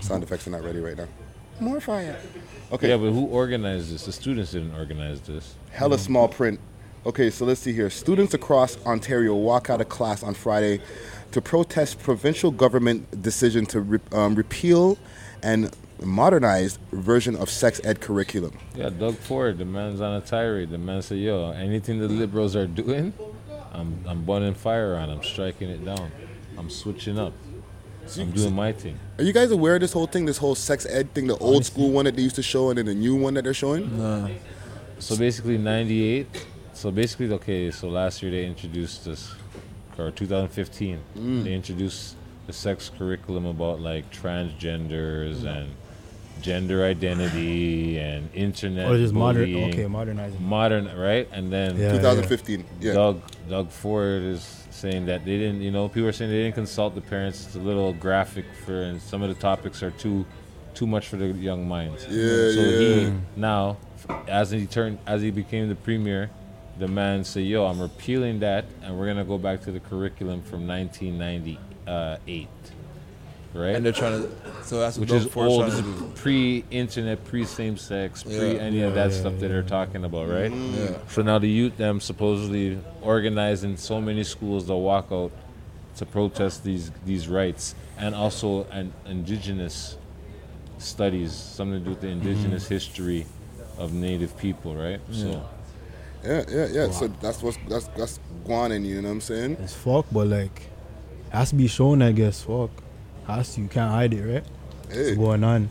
Speaker 2: Sound effects are not ready right now. More fire. Okay.
Speaker 1: Yeah, but who organized this? The students didn't organize this.
Speaker 2: Hella small print. Okay, so let's see here. Students across Ontario walk out of class on Friday to protest provincial government decision to re- um, repeal and modernize version of sex ed curriculum.
Speaker 1: Yeah, Doug Ford, the man's on a tirade. The man said, "Yo, anything the liberals are doing, I'm I'm burning fire on. I'm striking it down. I'm switching up. I'm doing my thing."
Speaker 2: Are you guys aware of this whole thing, this whole sex ed thing, the old school one that they used to show and then the new one that they're showing?
Speaker 1: So basically, '98. So basically, okay. So last year they introduced this, or 2015, they introduced the sex curriculum about like transgenders and gender identity and internet.
Speaker 6: Or just modern.
Speaker 1: bullying.
Speaker 6: Okay, modernizing.
Speaker 1: modern, right? And then
Speaker 6: Yeah,
Speaker 2: 2015, yeah.
Speaker 1: Doug Doug Ford is saying that they didn't. You know, people are saying they didn't consult the parents. It's a little graphic for, and some of the topics are too too much for the young minds.
Speaker 2: Yeah,
Speaker 1: so
Speaker 2: yeah.
Speaker 1: he now, as he turned, as he became the premier, the man said, "Yo, I'm repealing that, and we're gonna go back to the curriculum from 1998." Right?
Speaker 11: And they're trying to. So that's
Speaker 1: which
Speaker 11: what Doug
Speaker 1: is
Speaker 11: Ford
Speaker 1: old,
Speaker 11: trying
Speaker 1: this
Speaker 11: to do.
Speaker 1: is pre-internet, pre-same sex,
Speaker 11: Yeah.
Speaker 1: pre any of that stuff that they're talking about, right?
Speaker 2: Mm-hmm.
Speaker 11: Yeah.
Speaker 1: So now the youth them supposedly organizing so many schools to walk out to protest these these rights and also an indigenous studies, something to do with the indigenous history of native people, right? So
Speaker 2: Yeah, yeah, yeah. So that's what's that's that's going in, you know what I'm saying?
Speaker 6: It's fuck, but like, has to be shown, I guess. Fuck, has to. You can't hide it, right?
Speaker 2: Hey.
Speaker 6: What's going on?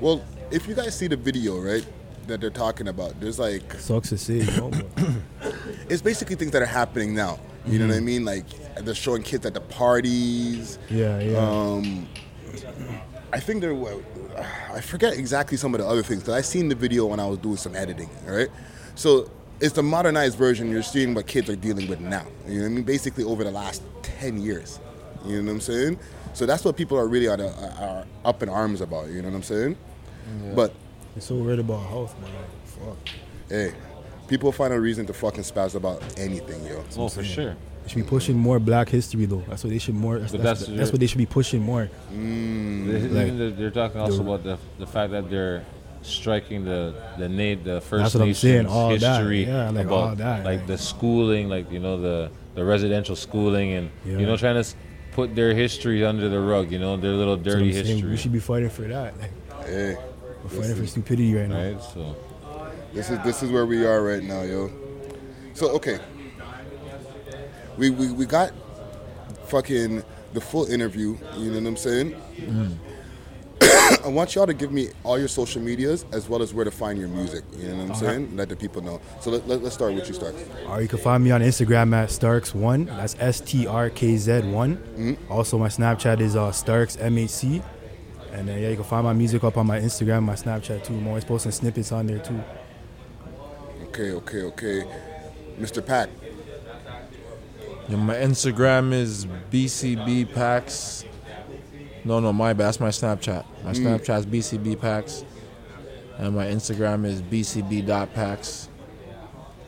Speaker 2: Well, if you guys see the video, right, that they're talking about, there's like
Speaker 6: Sucks to see. you know, but
Speaker 2: it's basically things that are happening now. You know what I
Speaker 6: Mm-hmm.
Speaker 2: mean? Like they're showing kids at the parties.
Speaker 6: Yeah, yeah.
Speaker 2: Um, I think there were. I forget exactly some of the other things, but I seen the video when I was doing some editing. All right, so it's the modernized version you're seeing what kids are dealing with now. You know what I mean? Basically over the last ten years. You know what I'm saying? So that's what people are really on a, are up in arms about. You know what I'm saying? But
Speaker 6: You're so worried about health, man. Fuck.
Speaker 2: Hey, people find a reason to fucking spaz about anything, yo.
Speaker 1: Oh, for sure.
Speaker 6: They should be pushing more Black history though. That's what they should more. That's,
Speaker 1: But
Speaker 6: that's,
Speaker 1: that's-
Speaker 6: that's what they should be pushing more.
Speaker 1: They-
Speaker 6: Like,
Speaker 1: even they're, they're talking also about the, the fact that they're striking the the na- the First
Speaker 6: That's what I'm
Speaker 1: Nations
Speaker 6: saying, all that.
Speaker 1: history
Speaker 6: Yeah, like,
Speaker 1: about
Speaker 6: all that,
Speaker 1: like the schooling, like you know the the residential schooling, and
Speaker 6: Yeah.
Speaker 1: you know trying to s- put their history under the rug. You know their little
Speaker 6: that's what I'm
Speaker 1: dirty
Speaker 6: saying.
Speaker 1: history.
Speaker 6: We should be fighting for that. Like,
Speaker 2: Hey,
Speaker 6: we're fighting for stupidity right now.
Speaker 1: Right, so
Speaker 2: This is this is where we are right now, yo. So okay, we we, we got fucking the full interview. You know what I'm saying? [coughs] I want y'all to give me all your social medias as well as where to find your music. You know what I'm
Speaker 6: Alright.
Speaker 2: saying? Let the people know. So let, let, us start with you, Stark.
Speaker 6: Or you can find me on Instagram at Starks1. That's S T R K Z one. Also, my Snapchat is uh, Starks M H C. And then, yeah, you can find my music up on my Instagram, my Snapchat too. I'm always posting snippets on there too.
Speaker 2: Okay, okay, okay. Mr. Pack.
Speaker 11: Yeah, my Instagram is BCB Packs. No, no, my bad. That's my Snapchat. My
Speaker 2: Mm.
Speaker 11: Snapchat's BCB Packs. And my Instagram is BCB.Packs.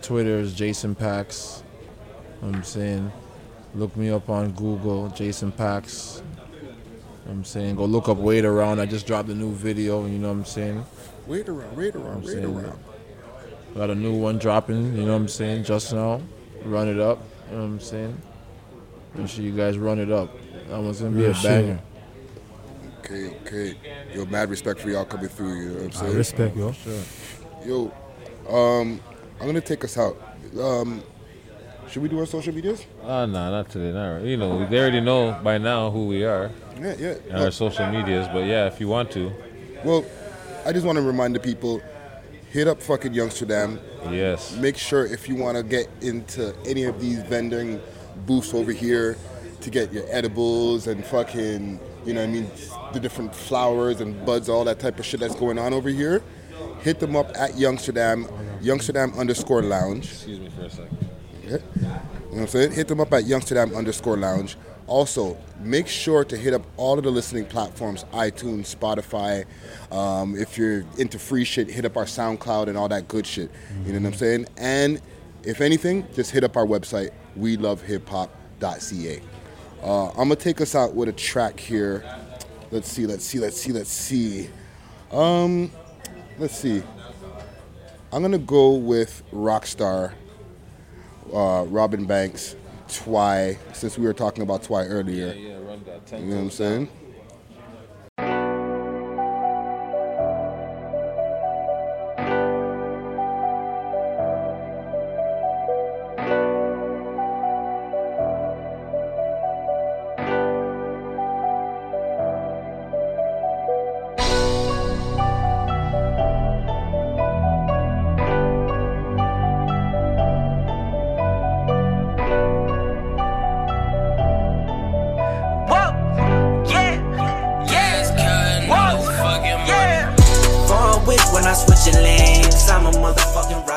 Speaker 11: Twitter is Jason Packs. You know what I'm saying, look me up on Google, Jason Packs. You know what I'm saying, go look up Wait Around. I just dropped a new video, you know what I'm saying?
Speaker 2: Wait around, wait
Speaker 11: You know
Speaker 2: around,
Speaker 11: what I'm
Speaker 2: wait
Speaker 11: saying?
Speaker 2: around.
Speaker 11: Got a new one dropping, you know what I'm saying, just now. Run it up, you know what I'm saying? Make sure you guys run it up. That one's gonna be
Speaker 6: Real
Speaker 11: a
Speaker 6: shit.
Speaker 11: banger.
Speaker 2: Okay, okay. Yo, mad respect for y'all coming through. You know what I'm
Speaker 6: I
Speaker 2: saying?
Speaker 6: respect, yo.
Speaker 2: Yo, um, I'm gonna take us out. Um, should we do our social medias?
Speaker 1: uh, nah, not today. Not right. you know they already know by now who we are.
Speaker 2: Yeah, yeah.
Speaker 1: And our social medias, but yeah, if you want to,
Speaker 2: Well, I just want to remind the people: hit up fucking Youngsterdam.
Speaker 1: yes.
Speaker 2: Make sure if you want to get into any of these vending booths over here to get your edibles and fucking, you know, what I mean, the different flowers and buds, all that type of shit that's going on over here. Hit them up at Youngsterdam, Youngsterdam underscore lounge.
Speaker 1: Excuse me for a second.
Speaker 2: Yeah. You know what I'm saying? Hit them up at Youngsterdam underscore lounge. Also, make sure to hit up all of the listening platforms iTunes, Spotify. Um, if you're into free shit, hit up our SoundCloud and all that good shit. You know what I'm saying? And if anything, just hit up our website, we love hip hop.ca. Uh, I'm going to take us out with a track here. Let's see, let's see, let's see, let's see. Um, let's see. I'm going to go with Rockstar uh, Robin Banks, Twy, since we were talking about Twy earlier.
Speaker 1: Yeah, yeah, run that.
Speaker 2: You know what I'm saying?
Speaker 13: Far away when I switch your lanes. I'm a motherfucking